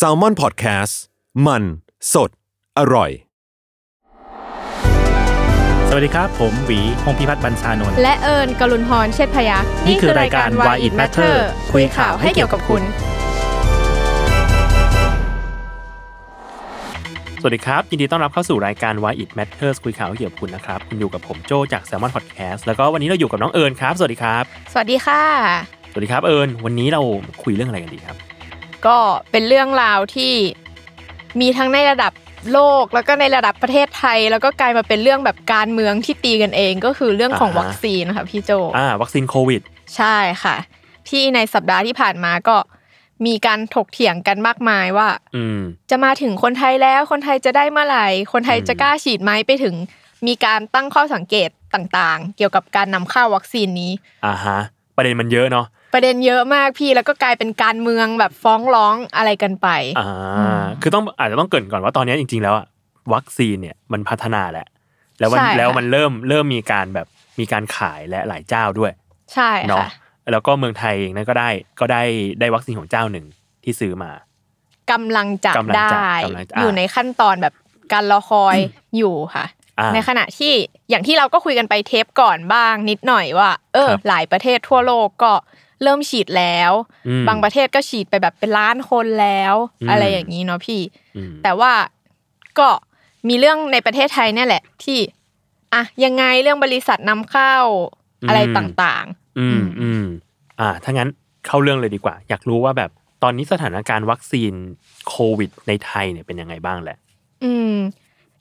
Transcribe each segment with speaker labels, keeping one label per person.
Speaker 1: s a l ม o n PODCAST มันสดอร่อย
Speaker 2: สวัสดีครับ ผมหวีพงพิพัฒน์บรรชานนท์
Speaker 3: และเอิญกลุนพรเชษพยักษ์
Speaker 2: นี่คือรายการ Why It Matter คุยข่าวให้เกี่ยวกับคุณ สวัสดีครับ ยินดีต้อนรับเข้าสู่รายการ Why It Matters คุยข่าวให้เกี่ยวกับคุณนะครับ คุณอยู่กับผมโจจาก s ซ l m o n Podcast แล้วก็วันนี้เราอยู่กับน้องเอิญครับ สวัสดีครับ
Speaker 3: สวัสดีค่ะ
Speaker 2: สวัสดีครับเอิญวันนี้เราคุยเรื่องอะไรกันดีครับ
Speaker 3: ก็เป็นเรื่องราวที่มีทั้งในระดับโลกแล้วก็ในระดับประเทศไทย แล้วก็กลายมาเป็นเรื่องแบบการเมืองที่ตีกันเองก็คือเรื่องของ
Speaker 2: อ่าฮะ
Speaker 3: วัคซีนค่ะพี่โจ
Speaker 2: อ่าวัคซีนโควิด
Speaker 3: ใช่ค่ะ ที่ในสัปดาห์ที่ผ่านมาก็มีการถกเถียงกันมากมายว่า
Speaker 2: อืม
Speaker 3: จะมาถึงคนไทยแล้วคนไทยจะได้เมื่อไหร่ คนไทยจะกล้าฉีดไหมไปถึง มีการตั้งข้อสังเกตต่างๆ เกี่ยวกับการนำเข้าวัคซีนนี้
Speaker 2: อ่าฮะ ประเด็นมันเยอะเนาะ
Speaker 3: ประเด็นเยอะมากพี่แล้วก็กลายเป็นการเมืองแบบฟ้องร้องอะไรกันไป
Speaker 2: อ่า คือต้องอาจจะต้องเกรินก่อนว่าตอนนี้จริง ๆ แล้วอะวัคซีนเนี่ยมันพัฒนาแล้วแล้วมัน
Speaker 3: ใช่ค่ะ
Speaker 2: แล้วมันเริ่มเริ่มมีการแบบมีการขายและหลายเจ้าด้วย
Speaker 3: ใช่
Speaker 2: เนาะ
Speaker 3: ค่ะ
Speaker 2: แล้วก็เมืองไทยเองนั้นก็ได้ก็ได้ได้วัคซีนของเจ้าหนึ่งที่ซื้อมา
Speaker 3: กำลังจะ
Speaker 2: กำลังจะ
Speaker 3: ได้
Speaker 2: กำลังจะอ่ะ
Speaker 3: อยู่ในขั้นตอนแบบการรอคอยอยู่ค่ะ
Speaker 2: อ่า
Speaker 3: ในขณะที่อย่างที่เราก็คุยกันไปเทปก่อนบ้างนิดหน่อยว่า เออ
Speaker 2: ครับ
Speaker 3: หลายประเทศทั่วโลกก็เริ่มฉีดแล้ว
Speaker 2: อืม
Speaker 3: บางประเทศก็ฉีดไปแบบเป็นล้านคนแล้ว
Speaker 2: อืม
Speaker 3: อะไรอย่างนี้เนาะพี่
Speaker 2: อืม
Speaker 3: แต่ว่าก็มีเรื่องในประเทศไทยเนี่ยแหละที่อ่ะยังไงเรื่องบริษัทนำเข้า
Speaker 2: อืม
Speaker 3: อะไรต่าง
Speaker 2: อืมอืมอ่าถ้างั้นเข้าเรื่องเลยดีกว่า อยากรู้ว่าแบบตอนนี้สถานการณ์วัคซีนโควิด ในไทยเนี่ยเป็นยังไงบ้างแหละ
Speaker 3: ๆ อืม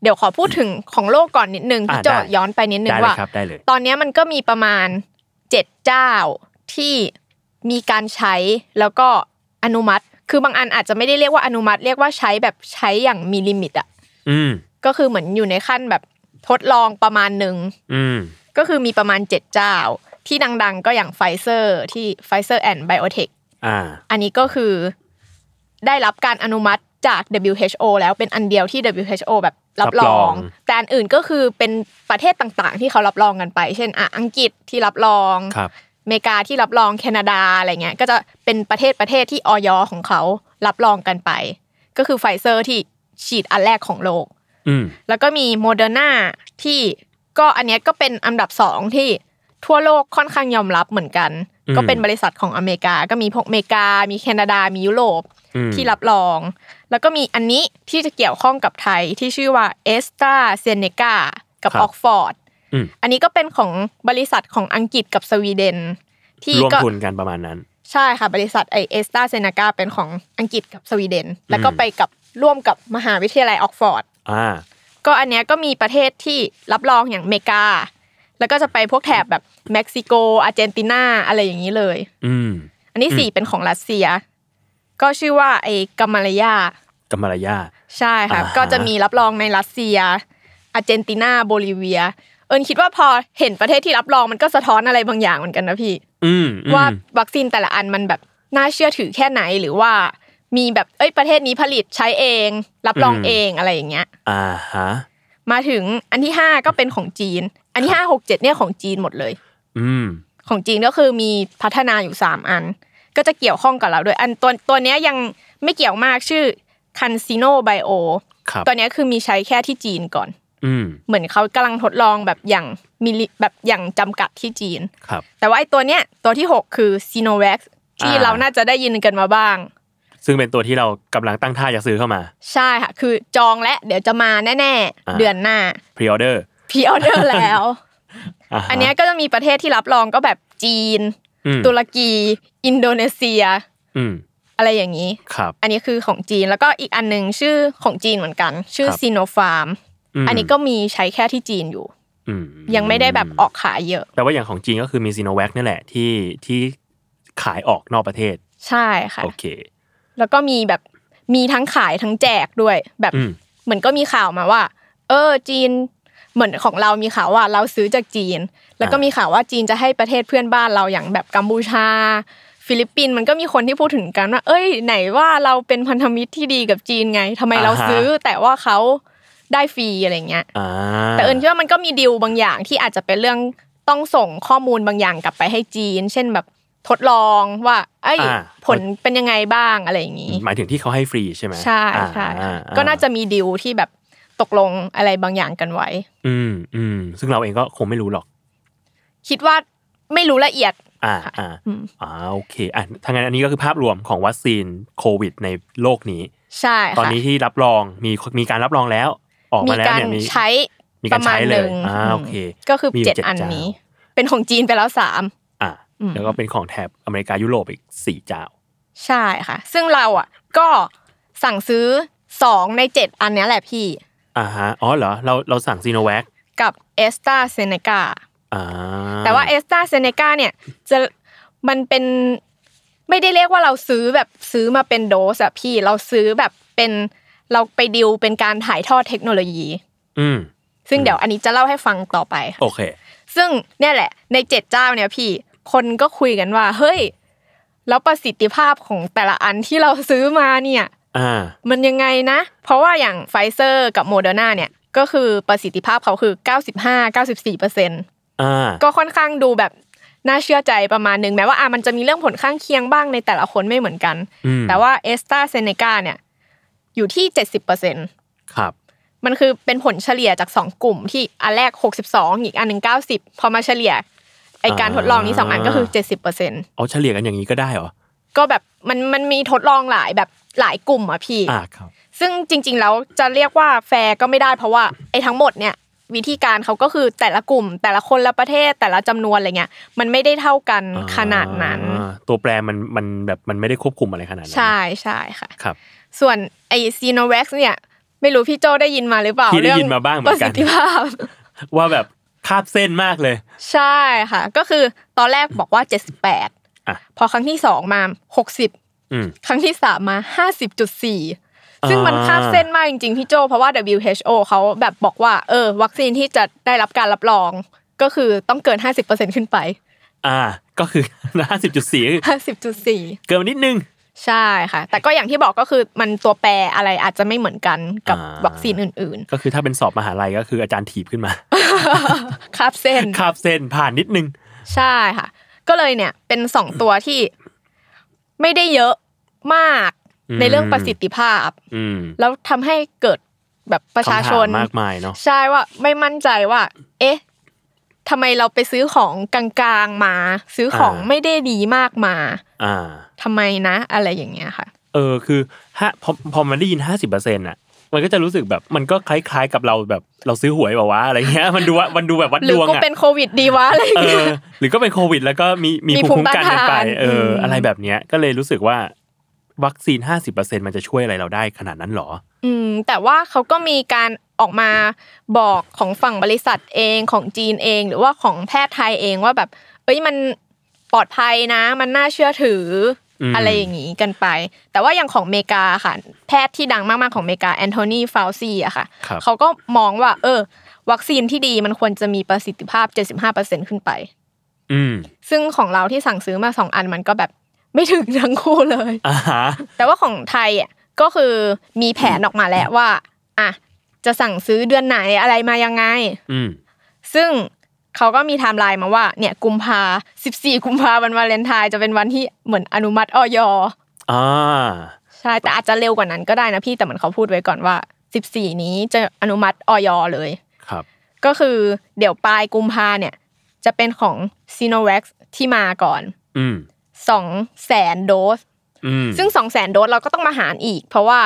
Speaker 3: เดี๋ยวขอพูดถึงของโลกก่อนนิดนึง
Speaker 2: อ่ะ
Speaker 3: พี่โจ
Speaker 2: ได้
Speaker 3: ย้อนไปนิดนึ
Speaker 2: ได้
Speaker 3: ง
Speaker 2: เลย
Speaker 3: ว่า
Speaker 2: ครับได้เลย
Speaker 3: ตอนเนี้ยมันก็มีประมาณเจ็ดเจ้าที่มีการใช้แล้วก็อนุมัติ คือบางอันอาจจะไม่ได้เรียกว่าอนุมัติ เรียกว่าใช้แบบใช้อย่างมีลิมิตอ่ะ
Speaker 2: อืม
Speaker 3: ก็คือเหมือนอยู่ในขั้นแบบทดลองประมาณหนึ่ง
Speaker 2: อืม
Speaker 3: ก็คือมีประมาณ 7 เจ้า ที่ดังๆ ก็อย่างไฟเซอร์ที่ไฟเซอร์แอนด์ไบโอเทค
Speaker 2: อ่า
Speaker 3: อันนี้ก็คือได้รับการอนุมัติจาก WHO แล้วเป็นอันเดียวที่ WHO แบบรับร
Speaker 2: รับร
Speaker 3: อ
Speaker 2: อง ง
Speaker 3: แต่อันอื่นก็คือเป็นประเทศต่างๆ ที่เขารับรองกันไป เช่นอ่ะอังกฤษที่รับรอง
Speaker 2: ครับ
Speaker 3: อเมริกาที่รับรองแคนาดาอะไรเงี้ยก็จะเป็นประเทศประเทศที่ออยของเขารับรองกันไป ก็คือไฟเซอร์ที่ฉีดอันแรกของโลก
Speaker 2: อืม
Speaker 3: แล้วก็มีโมเดอร์นาที่ก็อันเนี้ยก็เป็นอันดับสองที่ทั่วโลกค่อนข้างยอมรับเหมือนกัน ก็เป็นบริษัทของอเมริกา ก็มีพวกอเมริกา มีแคนาดา มียุโรป
Speaker 2: อืม
Speaker 3: ที่รับรอง แล้วก็มีอันนี้ที่จะเกี่ยวข้องกับไทยที่ชื่อว่าเอสตราเซเนกากับออกฟอร์ด
Speaker 2: อืม
Speaker 3: อันนี้ก็เป็นของบริษัทของอังกฤษกับสวีเดน ที่
Speaker 2: ร่วม
Speaker 3: ก็
Speaker 2: ทุนกันประมาณนั้น
Speaker 3: ใช่ค่ะ บริษัทไอเอสตราเซเนกาเป็นของอังกฤษกับสวีเดน แล้วก็
Speaker 2: อืม
Speaker 3: ไปกับร่วมกับมหาวิทยาลัยออกฟอร์ด
Speaker 2: อ่า
Speaker 3: ก็อันเนี้ยก็มีประเทศที่รับรองอย่างเมกา แล้วก็จะไปพวกแถบแบบเม็กซิโก อาร์เจนตินาอะไรอย่างนี้เลย
Speaker 2: อืม
Speaker 3: อันนี้
Speaker 2: อืม
Speaker 3: สี่เป็นของรัสเซีย ก็ชื่อว่าไอ้กัมมารยา
Speaker 2: กัมมารยา
Speaker 3: ใช่ค่ะ
Speaker 2: อ่าฮะ
Speaker 3: ก็จะมีรับรองในรัสเซีย อาร์เจนตินาโบลิเวีย เอิญคิดว่าพอเห็นประเทศที่รับรองมันก็สะท้อนอะไรบางอย่างเหมือนกันนะพี่
Speaker 2: อืมอืม
Speaker 3: ว่าวัคซีนแต่ละอันมันแบบน่าเชื่อถือแค่ไหนหรือว่า มีแบบเอ้ยประเทศนี้ผลิตใช้เอง รับรอง
Speaker 2: อืม
Speaker 3: เองอะไรอย่างเงี้ย
Speaker 2: อ่าฮะ
Speaker 3: มาถึงอันที่ห้าก็เป็นของจีน อันที่ห้าหกเจ็ดเนี่ยของจีนหมดเลย
Speaker 2: อืม
Speaker 3: ของจีนก็คือมีพัฒนาอยู่สามอัน ก็จะเกี่ยวข้องกับเราด้วย อันตัวตัวเนี้ยยังไม่เกี่ยวมากชื่อคันซิโนไบโอ
Speaker 2: ครับ
Speaker 3: ตัวเนี้ยคือมีใช้แค่ที่จีนก่อน
Speaker 2: อืม
Speaker 3: เหมือนเขากำลังทดลองแบบอย่างมิลลิแบบอย่างจำกัดที่จีน
Speaker 2: ครับ
Speaker 3: แต่ว่าไอ้ตัวเนี้ยตัวที่หกคือซีโนแวคที่
Speaker 2: อ่า
Speaker 3: เราน่าจะได้ยินกันมาบ้าง
Speaker 2: ซึ่งเป็นตัวที่เรากำลังตั้งท่าจะซื้อเข้ามา
Speaker 3: ใช่ค่ะ คือจองและเดี๋ยวจะมาแน่
Speaker 2: อ่า
Speaker 3: ๆ เดือนหน้า
Speaker 2: พรีออเดอร์
Speaker 3: พรีออเดอร์แล้ว
Speaker 2: อ่าฮะ
Speaker 3: อันเนี้ยก็จะมีประเทศที่รับรองก็แบบจีน
Speaker 2: อืม
Speaker 3: ตุรกี อินโดนีเซีย
Speaker 2: อืม
Speaker 3: อะไรอย่างนี้
Speaker 2: ครับ
Speaker 3: อันนี้คือของจีนแล้วก็อีกอันหนึงชื่อของจีนเหมือนกัน ชื่อ
Speaker 2: ครับ
Speaker 3: ซีโนฟาร์ม
Speaker 2: ม
Speaker 3: อันนี้ก็มีใช้แค่ที่จีนอยู่
Speaker 2: อืม
Speaker 3: ยังไม่ได้แบบออกขายเยอะ
Speaker 2: แต่ว่าอย่างของจีนก็คือมีซีโนแวคนี่แหละที่ที่ขายออกนอกประเทศ
Speaker 3: ใช่ค่ะ
Speaker 2: โอเค
Speaker 3: แล้วก็มีแบบมีทั้งขายทั้งแจกด้วย แบบ
Speaker 2: อืม
Speaker 3: เหมือนก็มีข่าวมาว่า เออจีนเหมือนของเรามีข่าวว่าเราซื้อจากจีน แล้วก็
Speaker 2: อ่ามี
Speaker 3: มีข่าวว่าจีนจะให้ประเทศเพื่อนบ้านเราอย่างแบบกัมพูชา ฟิลิปปินส์มันก็มีคนที่พูดถึงกันว่า เอ้ย ไหนว่าเราเป็นพันธมิตรที่ดีกับจีนไงทำไมเราซื้อแต่ว่าเขาได้ฟรีอะไรเงี้ย
Speaker 2: อ่า
Speaker 3: แต่เอิญคิดว่ามันก็มีดีลบางอย่างที่อาจจะเป็นเรื่องต้องส่งข้อมูลบางอย่างกลับไปให้จีน เช่นแบบ ทดลองว่า เอ้ย
Speaker 2: อ่า
Speaker 3: ผลเป็นยังไงบ้างอะไรอย่างนี้
Speaker 2: หมายถึงที่เขาให้ฟรีใช่ไหม
Speaker 3: ใช่ใช่
Speaker 2: อ่
Speaker 3: ค่ะ
Speaker 2: อ่
Speaker 3: ก็น่าจะมีดีลที่แบบตกลงอะไรบางอย่างกันไว้
Speaker 2: อืมอืมซึ่งเราเองก็คงไม่รู้หรอก
Speaker 3: คิดว่าไม่รู้ละเอียด
Speaker 2: อ่าอ่า
Speaker 3: อืม
Speaker 2: อ่าโอเคอ่ะทางนั้นอันนี้ก็คือภาพรวมของวัคซีนโควิด ในโลกนี้
Speaker 3: ใช่
Speaker 2: ตอน
Speaker 3: ค่ะ
Speaker 2: นี้ที่รับรองมีมีการรับรองแล้ว ออก
Speaker 3: มี
Speaker 2: มาแล้ว
Speaker 3: การ
Speaker 2: เนี่ยมี
Speaker 3: ใช้
Speaker 2: มี
Speaker 3: ป
Speaker 2: การ
Speaker 3: ระมา
Speaker 2: ใช้
Speaker 3: ณห
Speaker 2: เลย
Speaker 3: นึ่ง
Speaker 2: อ่า
Speaker 3: อืม
Speaker 2: โอเค
Speaker 3: ก็คือ
Speaker 2: มีอยู่
Speaker 3: เจ็ด
Speaker 2: เจ็ด
Speaker 3: อัน
Speaker 2: เจ้านี้
Speaker 3: นี้ เป็นของจีนไปแล้วสาม
Speaker 2: อ่ะ
Speaker 3: อืม
Speaker 2: แล้วก็เป็นของแถบอเมริกายุโรปอีกสี่เจ้า
Speaker 3: ใช่ค่ะ ซึ่งเราอ่ะก็สั่งซื้อสองในเจ็ดอันเนี้ยแหละพี่
Speaker 2: อ่าฮะ อ๋อเหรอ เราเราสั่งซีโนแวค
Speaker 3: กับเอสตาเซเนกา
Speaker 2: อ่า
Speaker 3: แต่ว่าเอสตาเซเนกาเนี่ยจะมันเป็นไม่ได้เรียกว่าเราซื้อแบบซื้อมาเป็นโดสอะพี่เราซื้อแบบเป็นเราไปดิวเป็นการถ่ายทอดเทคโนโลยี
Speaker 2: อืม
Speaker 3: ซึ่งเดี๋ยวอันนี้จะเล่าให้ฟังต่อไปค่ะ
Speaker 2: โอเค
Speaker 3: ซึ่งเนี่ยแหละในเจ็ดเจ้าเนี่ยพี่คนก็คุยกันว่า เฮ้ย แล้วประสิทธิภาพของแต่ละอันที่เราซื้อมาเนี่ย
Speaker 2: อ่า
Speaker 3: มันยังไงนะ เพราะว่าอย่างไฟเซอร์กับโมเดอร์นาเนี่ยก็คือประสิทธิภาพเขาคือ 95 94
Speaker 2: อ่า
Speaker 3: ก็ค่อนข้างดูแบบน่าเชื่อใจประมาณหนึงแม้ว่าอ่ะมันจะมีเรื่องผลข้างเคียงบ้างในแต่ละคนไม่เหมือนกัน
Speaker 2: อืม
Speaker 3: แต่ว่าเอสตาเซเนกาเนี่ยอยู่ที่ 70%
Speaker 2: ครับ
Speaker 3: มันคือเป็นผลเฉลี่ยจาก 2 กลุ่มที่อันแรก 62 อีกอันหนึ่ง90 พอมาเฉลี่ยไอการ
Speaker 2: อ่า
Speaker 3: ทดลองนี้ 2 อันก็คือ 70%
Speaker 2: เอาเฉลี่ยกันอย่างนี้ก็ได้เหรอ
Speaker 3: ก็แบบมันมันมีทดลองหลายแบบหลายกลุ่มอ่ะพี่
Speaker 2: อ่าครับ
Speaker 3: ซึ่งจริง ๆ แล้วจะเรียกว่าแฟร์ก็ไม่ได้เพราะว่าไอทั้งหมดเนี่ยวิธีการเขาก็คือแต่ละกลุ่ม แต่ละคนละประเทศแต่ละจำนวนอะไรเงี้ยมันไม่ได้เท่ากันขนาดนั้น
Speaker 2: อ่าตัวแปรมันมันแบบมันไม่ได้ควบคุมอะไรขนาดนั้น
Speaker 3: ใช่ใช่ค่ะ
Speaker 2: ครับ
Speaker 3: ส่วนไอซีโนแวคเนี่ยไม่รู้พี่โจได้ยินมาหรือเปล่า
Speaker 2: พี่ได้
Speaker 3: เรื่อง
Speaker 2: ยินมาบ้างเหมื
Speaker 3: ป
Speaker 2: อ
Speaker 3: ระ
Speaker 2: นกั
Speaker 3: สิ
Speaker 2: น
Speaker 3: ทธิภาพ
Speaker 2: ว่าแบบคาบเส้นมากเลย
Speaker 3: ใช่ค่ะ ก็คือตอนแรกบอกว่า
Speaker 2: อ่ะ
Speaker 3: 78 พอครั้งที่ 2 มา 60
Speaker 2: อืม
Speaker 3: ครั้งที่ 3 มา 50.4 ซึ่งมัน
Speaker 2: อ่า
Speaker 3: คาบเส้นมากจริงๆพี่โจ เพราะว่า WHO เขาแบบบอกว่าเออวัคซีนที่จะได้รับการรับรอง ก็คือต้องเกิน 50%ขึ้นไป
Speaker 2: อ่า ก็คือ ห้าสิบจุดสี่
Speaker 3: 50.4
Speaker 2: เกินมานิดนึง
Speaker 3: ใช่ค่ะ แต่ก็อย่างที่บอกก็คือมันตัวแปรอะไรอาจจะไม่เหมือนกันกับ
Speaker 2: อ่า
Speaker 3: วัคซีนอื่น
Speaker 2: ก็คือถ้าเป็นสอบมหาลัยก็คืออาจารย์ถีบขึ้นมา
Speaker 3: ๆคาบเส้น
Speaker 2: คาบเส้นผ่านนิดนึง
Speaker 3: ใช่ค่ะ ก็เลยเนี่ยเป็นสองตัวที่ไม่ได้เยอะมาก
Speaker 2: อืม
Speaker 3: ในเรื่องประสิทธิภาพ
Speaker 2: อืม
Speaker 3: แล้วทำให้เกิดแบบประชา
Speaker 2: คำถ
Speaker 3: ชน
Speaker 2: มมากมายเนาะ
Speaker 3: ใช่ว่าไม่มั่นใจว่า เอ๊ะทำไมเราไปซื้อของกลางๆมา ซื้อของ
Speaker 2: อ่า
Speaker 3: ไม่ได้ดีมากมา
Speaker 2: อ่า
Speaker 3: ทำไมนะ อะไรอย่างเงี้ยค่ะ
Speaker 2: เออคือฮะพอพอมันได้ยินห้าสิบเปอร์เซ็นต์อ่ะ มันก็จะรู้สึกแบบมันก็คล้ายๆกับเราแบบเราซื้อหวยแบบว่าอะไรเงี้ย มันดูว่ามันดูแบบวัด
Speaker 3: หรื
Speaker 2: ด
Speaker 3: อ
Speaker 2: วง
Speaker 3: กู
Speaker 2: อ่ะ
Speaker 3: เป็นโควิดดีวะอะไรอย่าง
Speaker 2: เอ
Speaker 3: เงี้ย
Speaker 2: อ หรือก็เป็นโควิด แล้วก็มีมี
Speaker 3: มี
Speaker 2: ภูมิคุ้มกันกันไป
Speaker 3: ภูมิต้านทาน
Speaker 2: เอออ
Speaker 3: ม
Speaker 2: อะไรแบบเนี้ยก็เลยรู้สึกว่าวัคซีนห้าสิบเปอร์เซ็นต์มันจะช่วยอะไรเราได้ขนาดนั้นหรอ
Speaker 3: อืมแต่ว่าเขาก็มีการออกมาบอกของฝั่งบริษัทเองของจีนเอง หรือว่าของแพทย์ไทยเองว่าแบบ เอ้ยมันปลอดภัยนะ มันน่าเชื่อถืออ
Speaker 2: ม
Speaker 3: อะไรอย่างนี้กันไป แต่ว่าอย่างของอเมริกาค่ะ แพทย์ที่ดังมากๆของอเมริกาแอนโทนีฟาวซีอะค่ะ
Speaker 2: ครับ
Speaker 3: เขาก็มองว่า เออ วัคซีนที่ดีมันควรจะมีประสิทธิภาพ 75%ขึ้นไป
Speaker 2: อืม
Speaker 3: ซึ่งของเราที่สั่งซื้อมาสองอันมันก็แบบไม่ถึงทั้งคู่เลย
Speaker 2: อ่าฮะ
Speaker 3: แต่ว่าของไทยอ่ะก็คือมีแผนออกมาแล้วว่าอ่ะจะสั่งซื้อเดือนไหนอะไรมายังไง
Speaker 2: อืม
Speaker 3: ซึ่งเขาก็มีไทม์ไลน์มาว่าเนี่ยกุมภา14 กุมภาวันวาเลนไทน์จะเป็นวันที่เหมือนอนุมัติออย
Speaker 2: อ่า
Speaker 3: ใช่แต่อาจจะเร็วกว่านั้นก็ได้นะพี่แต่เหมือนเขาพูดไว้ก่อนว่า 14 นี้จะอนุมัติออยเลย
Speaker 2: ครับ
Speaker 3: ก็คือเดี๋ยวปลายกุมภาเนี่ยจะเป็นของ s i n o v a c ที่มาก่อน
Speaker 2: อืม
Speaker 3: 2แสนโดส
Speaker 2: อืม
Speaker 3: ซึ่งสองแสนโดสเราก็ต้องมาหารอีก เพราะว่า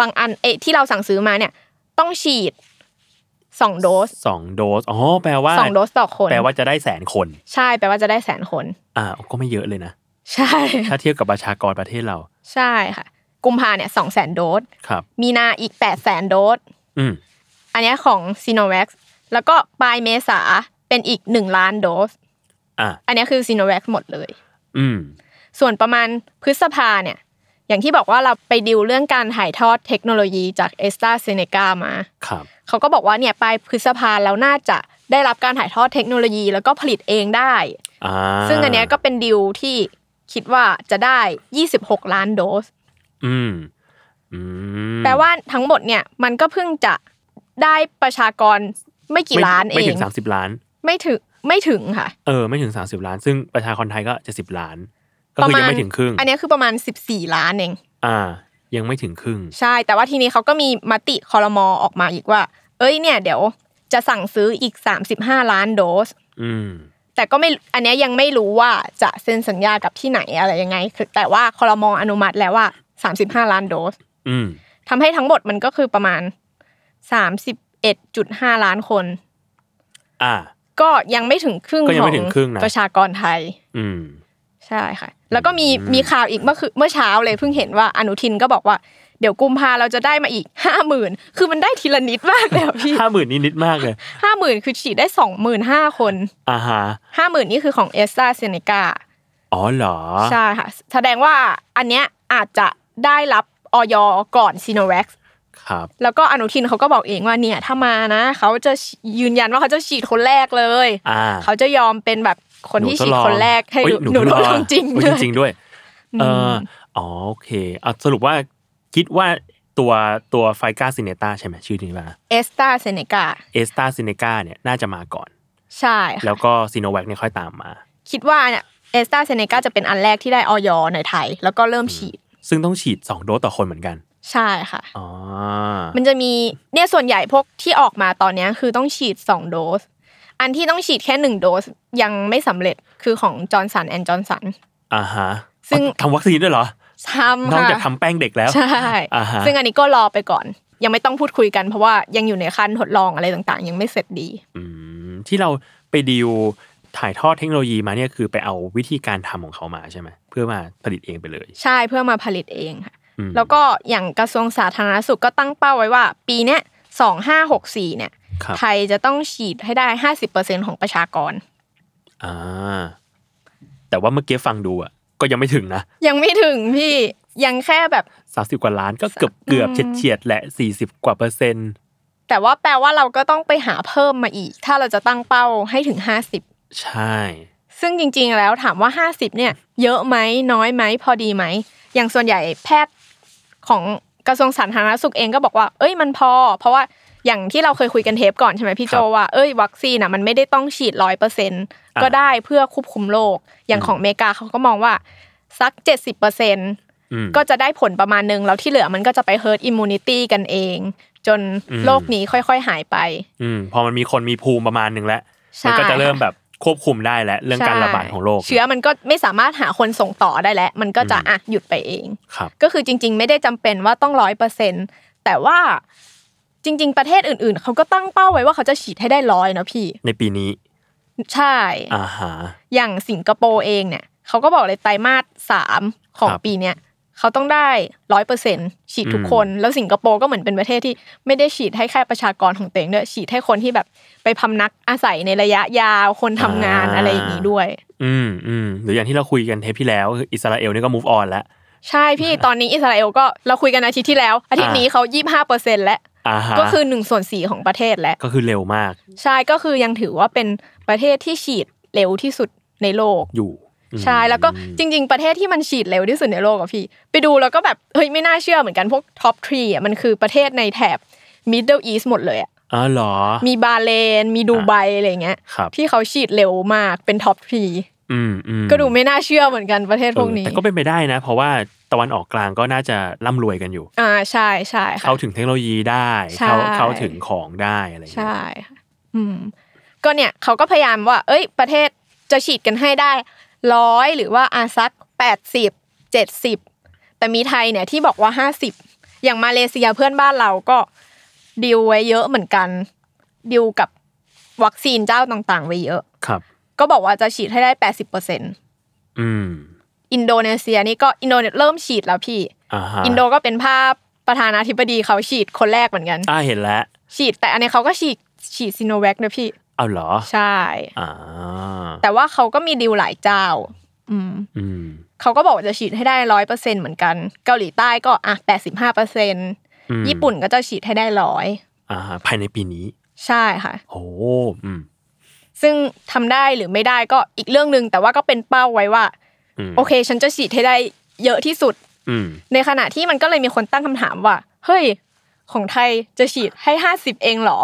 Speaker 3: บางอันเอยที่เราสั่งซื้อมาเนี่ย ต้องฉีดสองโดส
Speaker 2: สองโดสอ๋อแปลว่า
Speaker 3: สองโดสต่อคน
Speaker 2: แปลว่าจะได้แสนคน
Speaker 3: ใช่แปลว่าจะได้แสนคน
Speaker 2: อ่าก็ไม่เยอะเลยนะ
Speaker 3: ใช่
Speaker 2: ถ้าเทียบกับประชากรประเทศเรา
Speaker 3: ใช่ค่ะ กุมภาเนี่ยสองแสนโดส
Speaker 2: ครับ
Speaker 3: มีนาอีกแปดแสนโดส
Speaker 2: อืม
Speaker 3: อันเนี้ยของซีโนแวคแล้วก็ปลายเมษาเป็นอีกหนึ่งล้านโดส
Speaker 2: อ่า
Speaker 3: อันเนี้ยคือซีโนแวคหมดเลย
Speaker 2: อืม
Speaker 3: ส่วนประมาณพฤษภาเนี่ย อย่างที่บอกว่าเราไปดิวเรื่องการถ่ายทอดเทคโนโลยีจากเอสตาเซเนกามา
Speaker 2: ครับ
Speaker 3: เขาก็บอกว่าเนี่ยปลายพฤษภาแล้วน่าจะได้รับการถ่ายทอดเทคโนโลยีแล้วก็ผลิตเองได้
Speaker 2: อ่า
Speaker 3: ซึ่งอันเนี้ยก็เป็นดีลที่คิดว่าจะได้ 26 ล้านโดส
Speaker 2: อืมอืม
Speaker 3: แปลว่าทั้งหมดเนี่ยมันก็เพิ่งจะได้ประชากรไม่กี่ล้านเอ
Speaker 2: ไม่
Speaker 3: ง
Speaker 2: ถึงสามสิบล้าน
Speaker 3: ไม่ถึง ไม่ถึงค่ะ
Speaker 2: เออไม่ถึง 30 ล้าน ซึ่งประชากรไทยก็จะสิบล้าน ก็
Speaker 3: ประ
Speaker 2: คือ
Speaker 3: มาณ
Speaker 2: ยังไม่ถึงครึ่ง
Speaker 3: อันเนี้ยคือประมาณ 14 ล้านเอง
Speaker 2: อ่า ยังไม่ถึงครึ่ง
Speaker 3: ใช่ แต่ว่าทีนี้เขาก็มีมติคอรมอออกมาอีกว่า เอ้ยเนี่ยเดี๋ยวจะสั่งซื้ออีก 35 ล้านโดส
Speaker 2: อืม
Speaker 3: แต่ก็ไม่อันเนี้ยยังไม่รู้ว่าจะเซ็นสัญญากับที่ไหนอะไรยังไงคือแต่ว่าคอรมออนุมัติแล้วว่า 35 ล้านโดส
Speaker 2: อืม
Speaker 3: ทำให้ทั้งหมดมันก็คือประมาณ 31.5 ล้านคน
Speaker 2: อ่า
Speaker 3: ก็ยังไม่ถึงครึ่ง
Speaker 2: ก็ยัง
Speaker 3: ขอ
Speaker 2: ไม่
Speaker 3: ง
Speaker 2: ถึงครึ่งนะ
Speaker 3: ประชากรไทย
Speaker 2: อืม
Speaker 3: ใช่ค่ะ แล้วก็มี
Speaker 2: อืม
Speaker 3: มีข่าวอีกเมื่อคือเมื่อเช้าเลยเพิ่งเห็นว่าอนุทินก็บอกว่า เดี๋ยวกุมภาเราจะได้มาอีกห้าหมื่นคือมันได้ทีละนิดมากเลยอะพี่
Speaker 2: ห้าหมื่นนิดนิดๆมากเลย
Speaker 3: ห้าหมื่นคือฉีดได้สองหมื่นห้าคน
Speaker 2: อ่าฮะ
Speaker 3: ห้าหมื่นนี่คือของเอสตาเซเนกา
Speaker 2: อ๋อเหรอ
Speaker 3: ใช่ค่ะ แสดงว่าอันเนี้ยอาจจะได้รับออยก่อนซีโนแวค
Speaker 2: ครับ
Speaker 3: แล้วก็อนุทินเขาก็บอกเองว่าเนี่ยถ้ามานะ เขาจะยืนยันว่าเขาจะฉีดคนแรกเลย
Speaker 2: อ่า
Speaker 3: เขาจะยอมเป็นแบบคนที่ฉีดคนแรกให้
Speaker 2: เอ้ย
Speaker 3: หนูทดลองจริง
Speaker 2: เอ้ย
Speaker 3: เลย
Speaker 2: จริง ๆ ด้วย เอออ๋อโอเคเอาสรุปว่าคิดว่าตัวตัวไฟกาซินเนตาใช่ไหมชื่อนี้ป่ะ
Speaker 3: เอสตาเซเนกา
Speaker 2: เอสตาซินเนกาเนี่ยน่าจะมาก่อน
Speaker 3: ใช่ค่ะ
Speaker 2: แล้วก็ซีโนแวคเนี่ยค่อยตามมา
Speaker 3: คิดว่าเนี่ยเอสตาเซเนกาจะเป็นอันแรกที่ได้ออยในไทย แล้วก็เริ่มฉีด
Speaker 2: ซึ่งต้องฉีด 2 โดสต่อคนเหมือนกัน
Speaker 3: ใช่ค่ะ
Speaker 2: อ๋อ
Speaker 3: มันจะมีเนี่ยส่วนใหญ่พวกที่ออกมาตอนเนี้ยคือต้องฉีด 2 โดส อันที่ต้องฉีดแค่ 1 โดสยังไม่สำเร็จคือของจอร์นสันแอนจอร์นสัน
Speaker 2: อ่าฮะ
Speaker 3: ซึ่ง
Speaker 2: เอาทำวัคซีนด้วยเหรอ
Speaker 3: ทำ
Speaker 2: นอก
Speaker 3: ค่ะ
Speaker 2: จากทำแป้งเด็กแล้ว
Speaker 3: ใช่
Speaker 2: อ่าฮะ
Speaker 3: ซึ่งอันนี้ก็รอไปก่อน ยังไม่ต้องพูดคุยกันเพราะว่ายังอยู่ในขั้นทดลองอะไรต่างๆ ยังไม่เสร็จดี
Speaker 2: อืมที่เราไปดีลถ่ายทอดเทคโนโลยีมาเนี่ยคือไปเอาวิธีการทำของเขามาใช่ไหมเพื่อมาผลิตเองไปเลย
Speaker 3: ใช่เพื่อมาผลิตเองค่ะ
Speaker 2: อืม
Speaker 3: แล้วก็อย่างกระทรวงสาธารณสุขก็ตั้งเป้าไว้ว่า ปีเนี้ยสองห้าหกสี่เนี่ย
Speaker 2: ครับ
Speaker 3: ไทยจะต้องฉีดให้ได้ 50%ของประชากร
Speaker 2: อ่าแต่ว่าเมื่อกี้ฟังดูอ่ะก็ยังไม่ถึงนะ
Speaker 3: ยังไม่ถึงพี่ยังแค่แบบ
Speaker 2: สาสิบกว่าล้านก็เกือบเกือบ
Speaker 3: อื
Speaker 2: เฉียด
Speaker 3: ม
Speaker 2: เฉียดๆแหละสี่สิบกว่าเปอร์เซ็นต์
Speaker 3: แต่ว่าแปลว่าเราก็ต้องไปหาเพิ่มมาอีก ถ้าเราจะตั้งเป้าให้ถึง
Speaker 2: ใช่
Speaker 3: 50 ซึ่งจริง ๆ แล้วถามว่า 50 เนี่ย เยอะไหมน้อยไหมพอดีไหม อย่างส่วนใหญ่แพทย์ของกระทรวงสาธารณสุขเองก็บอกว่า เอ้ยมันพอ เพราะว่าอย่างที่เราเคยคุยกันเทปก่อนใช่ไหมพี่
Speaker 2: ค
Speaker 3: โจ
Speaker 2: รับ
Speaker 3: ว่าเอ้ยวัคซีนอ่ะมันไม่ได้ต้องฉีดร้อยเปอร์เซ็นก็ได้เพื่อควบคุมโรคอย่างของอเมริกาเขาก็มองว่าสัก 70%เปอร์เซ็น
Speaker 2: อืม
Speaker 3: ก็จะได้ผลประมาณนึง แล้วที่เหลือมันก็จะไป herd immunity กันเอง จน
Speaker 2: อืม
Speaker 3: โรคนี้ค่อยๆ หายไป
Speaker 2: อืมพอมันมีคนมีภูมิประมาณหนึ่งแล้ว
Speaker 3: ใช่
Speaker 2: มันก็จะเริ่มแบบควบคุมได้แล้วเรื่องการ
Speaker 3: ใช่
Speaker 2: ระบาดของโรค
Speaker 3: เชื้อมันก็ไม่สามารถหาคนส่งต่อได้แล้ว มันก็จะอ่ะหยุดไปเอง
Speaker 2: ครับ
Speaker 3: ก็คือจริง ๆ ไม่ได้จำเป็นว่าต้องร้อยเปอร์เซ็นแต่ว่าจริง ๆ ประเทศอื่นๆ เขาก็ตั้งเป้าไว้ว่าเขาจะฉีดให้ได้ร้อยนะพี่
Speaker 2: ในปีนี้
Speaker 3: ใช่
Speaker 2: อ่าฮะ
Speaker 3: อย่างสิงคโปร์เองเนี่ยเขาก็บอกเลยไตรมาสสามของ
Speaker 2: ครับ
Speaker 3: ปีเนี้ยเขาต้องได้ร้อยเปอร์เซ็นฉีดทุก
Speaker 2: อืม
Speaker 3: คน แล้วสิงคโปร์ก็เหมือนเป็นประเทศที่ไม่ได้ฉีดให้แค่ประชากรของตัวเองด้วยฉีดให้คนที่แบบไปพำนักอาศัยในระยะยาวคนทำงานอะไรอย่างนี้ด้วย
Speaker 2: อืมอืมหรืออย่างที่เราคุยกันเทปที่แล้วคืออิสราเอลเนี่ยก็ move on แล้ว
Speaker 3: ใช่พี่ ตอนนี้อิสราเอลก็เราคุยกันอาทิตย์ที่แล้ว อาทิตย์นี้เขายี่ห้าเปอร์เซ็นแล้ว
Speaker 2: อ่าฮะ
Speaker 3: ก็คือหนึ่งส่วนสี่ของประเทศแล้ว
Speaker 2: ก็คือเร็วมาก
Speaker 3: ใช่ก็คือยังถือว่าเป็นประเทศที่ฉีดเร็วที่สุดในโลก
Speaker 2: อยู่อืม
Speaker 3: ใช่แล้วก็จริง ๆ ประเทศที่มันฉีดเร็วที่สุดในโลกอะพี่ ไปดูแล้วก็แบบเฮ้ยไม่น่าเชื่อเหมือนกันพวกท็อปทรีอะมันคือประเทศในแถบ Middle East หมดเลยอะ
Speaker 2: อ๋อเหรอ
Speaker 3: มีบาห์เลน มีดูไบอะไรเงี้ย
Speaker 2: ครับ
Speaker 3: ที่เขาฉีดเร็วมากเป็นท็อปทรี
Speaker 2: อืมอืม
Speaker 3: ก็ดูไม่น่าเชื่อเหมือนกันประเทศพวก
Speaker 2: เออ
Speaker 3: นี้
Speaker 2: แต่ก็เป็นไปได้นะ เพราะว่าตะวันออกกลางก็น่าจะร่ำรวยกันอยู่
Speaker 3: อ่าใช่ใช่ค่ะ
Speaker 2: เข้าถึงเทคโนโลยีได้
Speaker 3: ใช่
Speaker 2: เข้าเข้าถึงของได้อะไรอย่างเงี้
Speaker 3: ใช่
Speaker 2: ย
Speaker 3: ค่ะอืมก็เนี่ยเขาก็พยายามว่า เอ้ย ประเทศจะฉีดกันให้ได้ร้อยหรือว่าอาซักแปดสิบเจ็ดสิบแต่มีไทยเนี่ยที่บอกว่าห้าสิบอย่างมาเลเซียเพื่อนบ้านเราก็ดิวไว้เยอะเหมือนกันดิวกับวัคซีนเจ้าต่างๆ ไว้เยอะ
Speaker 2: ครับ
Speaker 3: ก็บอกว่าจะฉีดให้ได้แปดสิบเปอร์เซ็น
Speaker 2: อืม
Speaker 3: อินโดนีเซียนี่ก็อินโดเนียเริ่มฉีดแล้วพี่
Speaker 2: อ่าฮะ
Speaker 3: อินโดก็เป็นภาพประธานาธิบดีเขาฉีดคนแรกเหมือนกัน
Speaker 2: อ่าเห็นแล้ว
Speaker 3: ฉีดแต่อันนี้เขาก็ฉีดฉีดซีโนแวคนะพี่
Speaker 2: เอาเหรอ
Speaker 3: ใช่
Speaker 2: อ่า
Speaker 3: แต่ว่าเขาก็มีดีลหลายเจ้า อืม
Speaker 2: อืม
Speaker 3: เขาก็บอกว่าจะฉีดให้ได้ร้อยเปอร์เซ็นเหมือนกัน เกาหลีใต้ก็อ่ะแปดสิบห้าเปอร์เซ็น
Speaker 2: อืม
Speaker 3: ญี่ปุ่นก็จะฉีดให้ได้ร้อย
Speaker 2: อ่าฮะภายในปีนี้
Speaker 3: ใช่ค่ะ
Speaker 2: โอ้อืม
Speaker 3: ซึ่งทำได้หรือไม่ได้ก็อีกเรื่องหนึ่งแต่ว่าก็เป็นเป้าไว้ว่า
Speaker 2: ม
Speaker 3: โอเค ฉันจะฉีดให้ได้เยอะที่สุด
Speaker 2: อืม
Speaker 3: ในขณะที่มันก็เลยมีคนตั้งคำถามว่า เฮ้ย ของไทยจะฉีดให้ห้าสิบเองเหรอ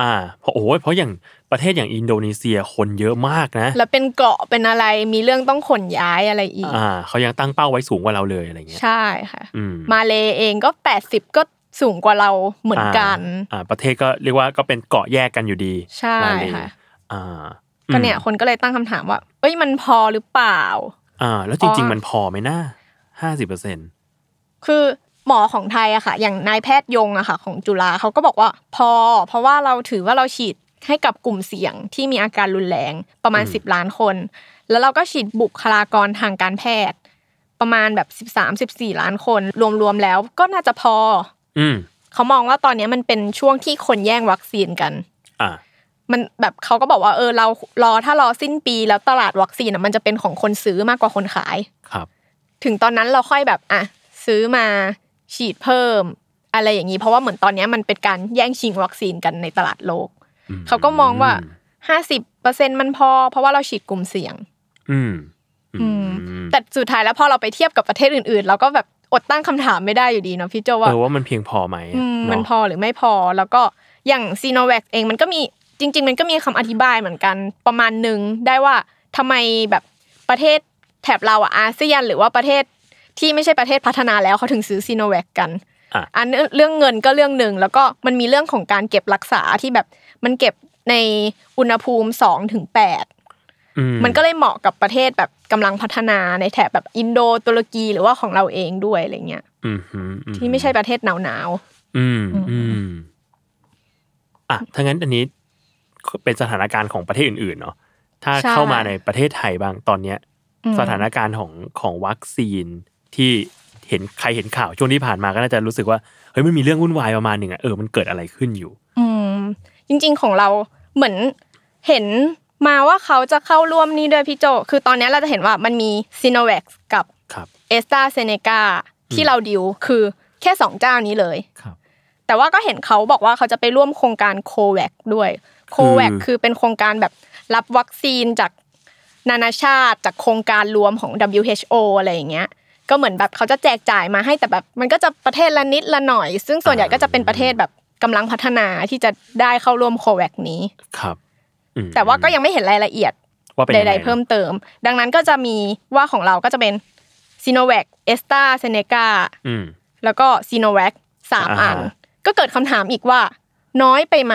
Speaker 2: อ่าเพราะโอ้ยเพราะอย่าง ประเทศอย่างอินโดนีเซียคนเยอะมากนะ
Speaker 3: แล้วเป็นเกาะเป็นอะไรมีเรื่องต้องขนย้ายอะไรอีก
Speaker 2: อ่าเขายังตั้งเป้าไว้สูงกว่าเราเลยอะไรเงี้ย
Speaker 3: ใช่ค่ะ
Speaker 2: อืม
Speaker 3: มาเลเองก็ 80 ก็สูงกว่าเราเหมือนกัน
Speaker 2: อ่าอ่า ประเทศก็เรียกว่าก็เป็นเกาะแยกกันอยู่ดี
Speaker 3: ใช่
Speaker 2: มาเล
Speaker 3: ค่ะ
Speaker 2: อ่า
Speaker 3: ก็เนี่ยคนก็เลยตั้งคำถามว่า เอ้ยมันพอหรือเปล่า
Speaker 2: อ่า แล้วจริง ๆ มันพอไหมนะห้าสิบเปอร์เซ็น
Speaker 3: คือหมอของไทยอะค่ะ อย่างนายแพทย์ยงอะค่ะ ของจุฬาเขาก็บอกว่าพอ เพราะว่าเราถือว่าเราฉีดให้กับกลุ่มเสี่ยงที่มีอาการรุนแรงประมาณ
Speaker 2: อืม
Speaker 3: 10 ล้านคน แล้วเราก็ฉีดบุคลากรทางการแพทย์ ประมาณแบบ 13 14 ล้านคน รวมๆแล้วก็น่าจะพอ
Speaker 2: อืม
Speaker 3: เขามองว่าตอนเนี้ยมันเป็นช่วงที่คนแย่งวัคซีนกัน
Speaker 2: อ่า
Speaker 3: มันแบบเขาก็บอกว่าเออเรารอถ้ารอสิ้นปีแล้วตลาดวัคซีนอะมันจะเป็นของคนซื้อมากกว่าคนขาย
Speaker 2: ครับ
Speaker 3: ถึงตอนนั้นเราค่อยแบบอ่ะซื้อมาฉีดเพิ่ม อะไรอย่างนี้เพราะว่าเหมือนตอนเนี้ยมันเป็นการแย่งชิงวัคซีนกันในตลาดโลก
Speaker 2: อืม
Speaker 3: เขาก็มองว่า 50%มันพอ เพราะว่าเราฉีดกลุ่มเสี่ยง
Speaker 2: อืม อื
Speaker 3: อืม
Speaker 2: ม
Speaker 3: แต่สุดท้ายแล้วพอเราไปเทียบกับประเทศอื่นๆ เราก็แบบอดตั้งคำถามไม่ได้อยู่ดีเนาะพี่โจว่า
Speaker 2: เออว่ามันเพียงพอไหม
Speaker 3: อืมมันพ
Speaker 2: อ
Speaker 3: อหรือไม่พอแล้วก็อย่างซีโนแวคเองมันก็มีจริง ๆ มันก็มีคำอธิบายเหมือนกันประมาณหนึ่งได้ว่าทำไมแบบประเทศแถบเราอะอาเซียนหรือว่าประเทศที่ไม่ใช่ประเทศพัฒนาแล้วเขาถึงซื้อซีโนแวคกัน
Speaker 2: อ่ะ
Speaker 3: อันเรื่องเงินก็เรื่องหนึ่งแล้วก็มันมีเรื่องของการเก็บรักษาที่แบบมันเก็บในอุณหภูมิ2ถึง8
Speaker 2: อื
Speaker 3: มันก็เลยเหมาะกับประเทศแบบกำลังพัฒนาในแถบแบบอินโดตุรกีหรือว่าของเราเองด้วยอะไรเงี้ย
Speaker 2: อืมอือื
Speaker 3: ที่ไม่ใช่ประเทศหนาวๆ
Speaker 2: อืมอืมอ่ะถ้างั้นอันนี้เป็นสถานการณ์ของประเทศอื่นๆเนาะถ้า
Speaker 3: ใช่
Speaker 2: เข้ามาในประเทศไทยบ้างตอนเนี้ย
Speaker 3: อืม
Speaker 2: สถานการณ์ของของวัคซีนที่เห็นใครเห็นข่าวช่วงที่ผ่านมาก็น่าจะรู้สึกว่าเฮ้ยมันมีเรื่องวุ่นวายประมาณหนึ่งอะเออมันเกิดอะไรขึ้นอยู่
Speaker 3: อืมจริงๆของเราเหมือนเห็นมาว่าเขาจะเข้าร่วมนี่ด้วยพี่โจ คือตอนนี้เราจะเห็นว่ามันมีซีโนแวคกับ
Speaker 2: ครับ
Speaker 3: เอสตาเซเนกาที่
Speaker 2: อืม
Speaker 3: เราดิวคือแค่สองเจ้านี้เลย
Speaker 2: ครับ
Speaker 3: แต่ว่าก็เห็นเขาบอกว่าเขาจะไปร่วมโครงการโคแวคด้วยโคแวค
Speaker 2: คือ
Speaker 3: คือเป็นโครงการแบบรับวัคซีนจากนานาชาติจากโครงการรวมของ WHO อะไรอย่างเงี้ย ก็เหมือนแบบเขาจะแจกจ่ายมาให้แต่แบบ มันก็จะประเทศละนิดละหน่อย ซึ่งส่วนใหญ่ก็จะเป็นประเทศแบบกำลังพัฒนาที่จะได้เข้าร่วมโคแวคนี้
Speaker 2: ครับอืม
Speaker 3: แต่ว่าก็ยังไม่เห็นรายละเอียด
Speaker 2: ว่าเป็น
Speaker 3: ใด
Speaker 2: ยังไง
Speaker 3: ๆเพิ่มเติม ดังนั้นก็จะมีว่าของเราก็จะเป็นซีโนแวคเอสตาเซเนกา
Speaker 2: อืม
Speaker 3: แล้วก็ซีโนแวคสาม
Speaker 2: อ่า
Speaker 3: อัน ก็เกิดคำถามอีกว่า น้อยไปไหม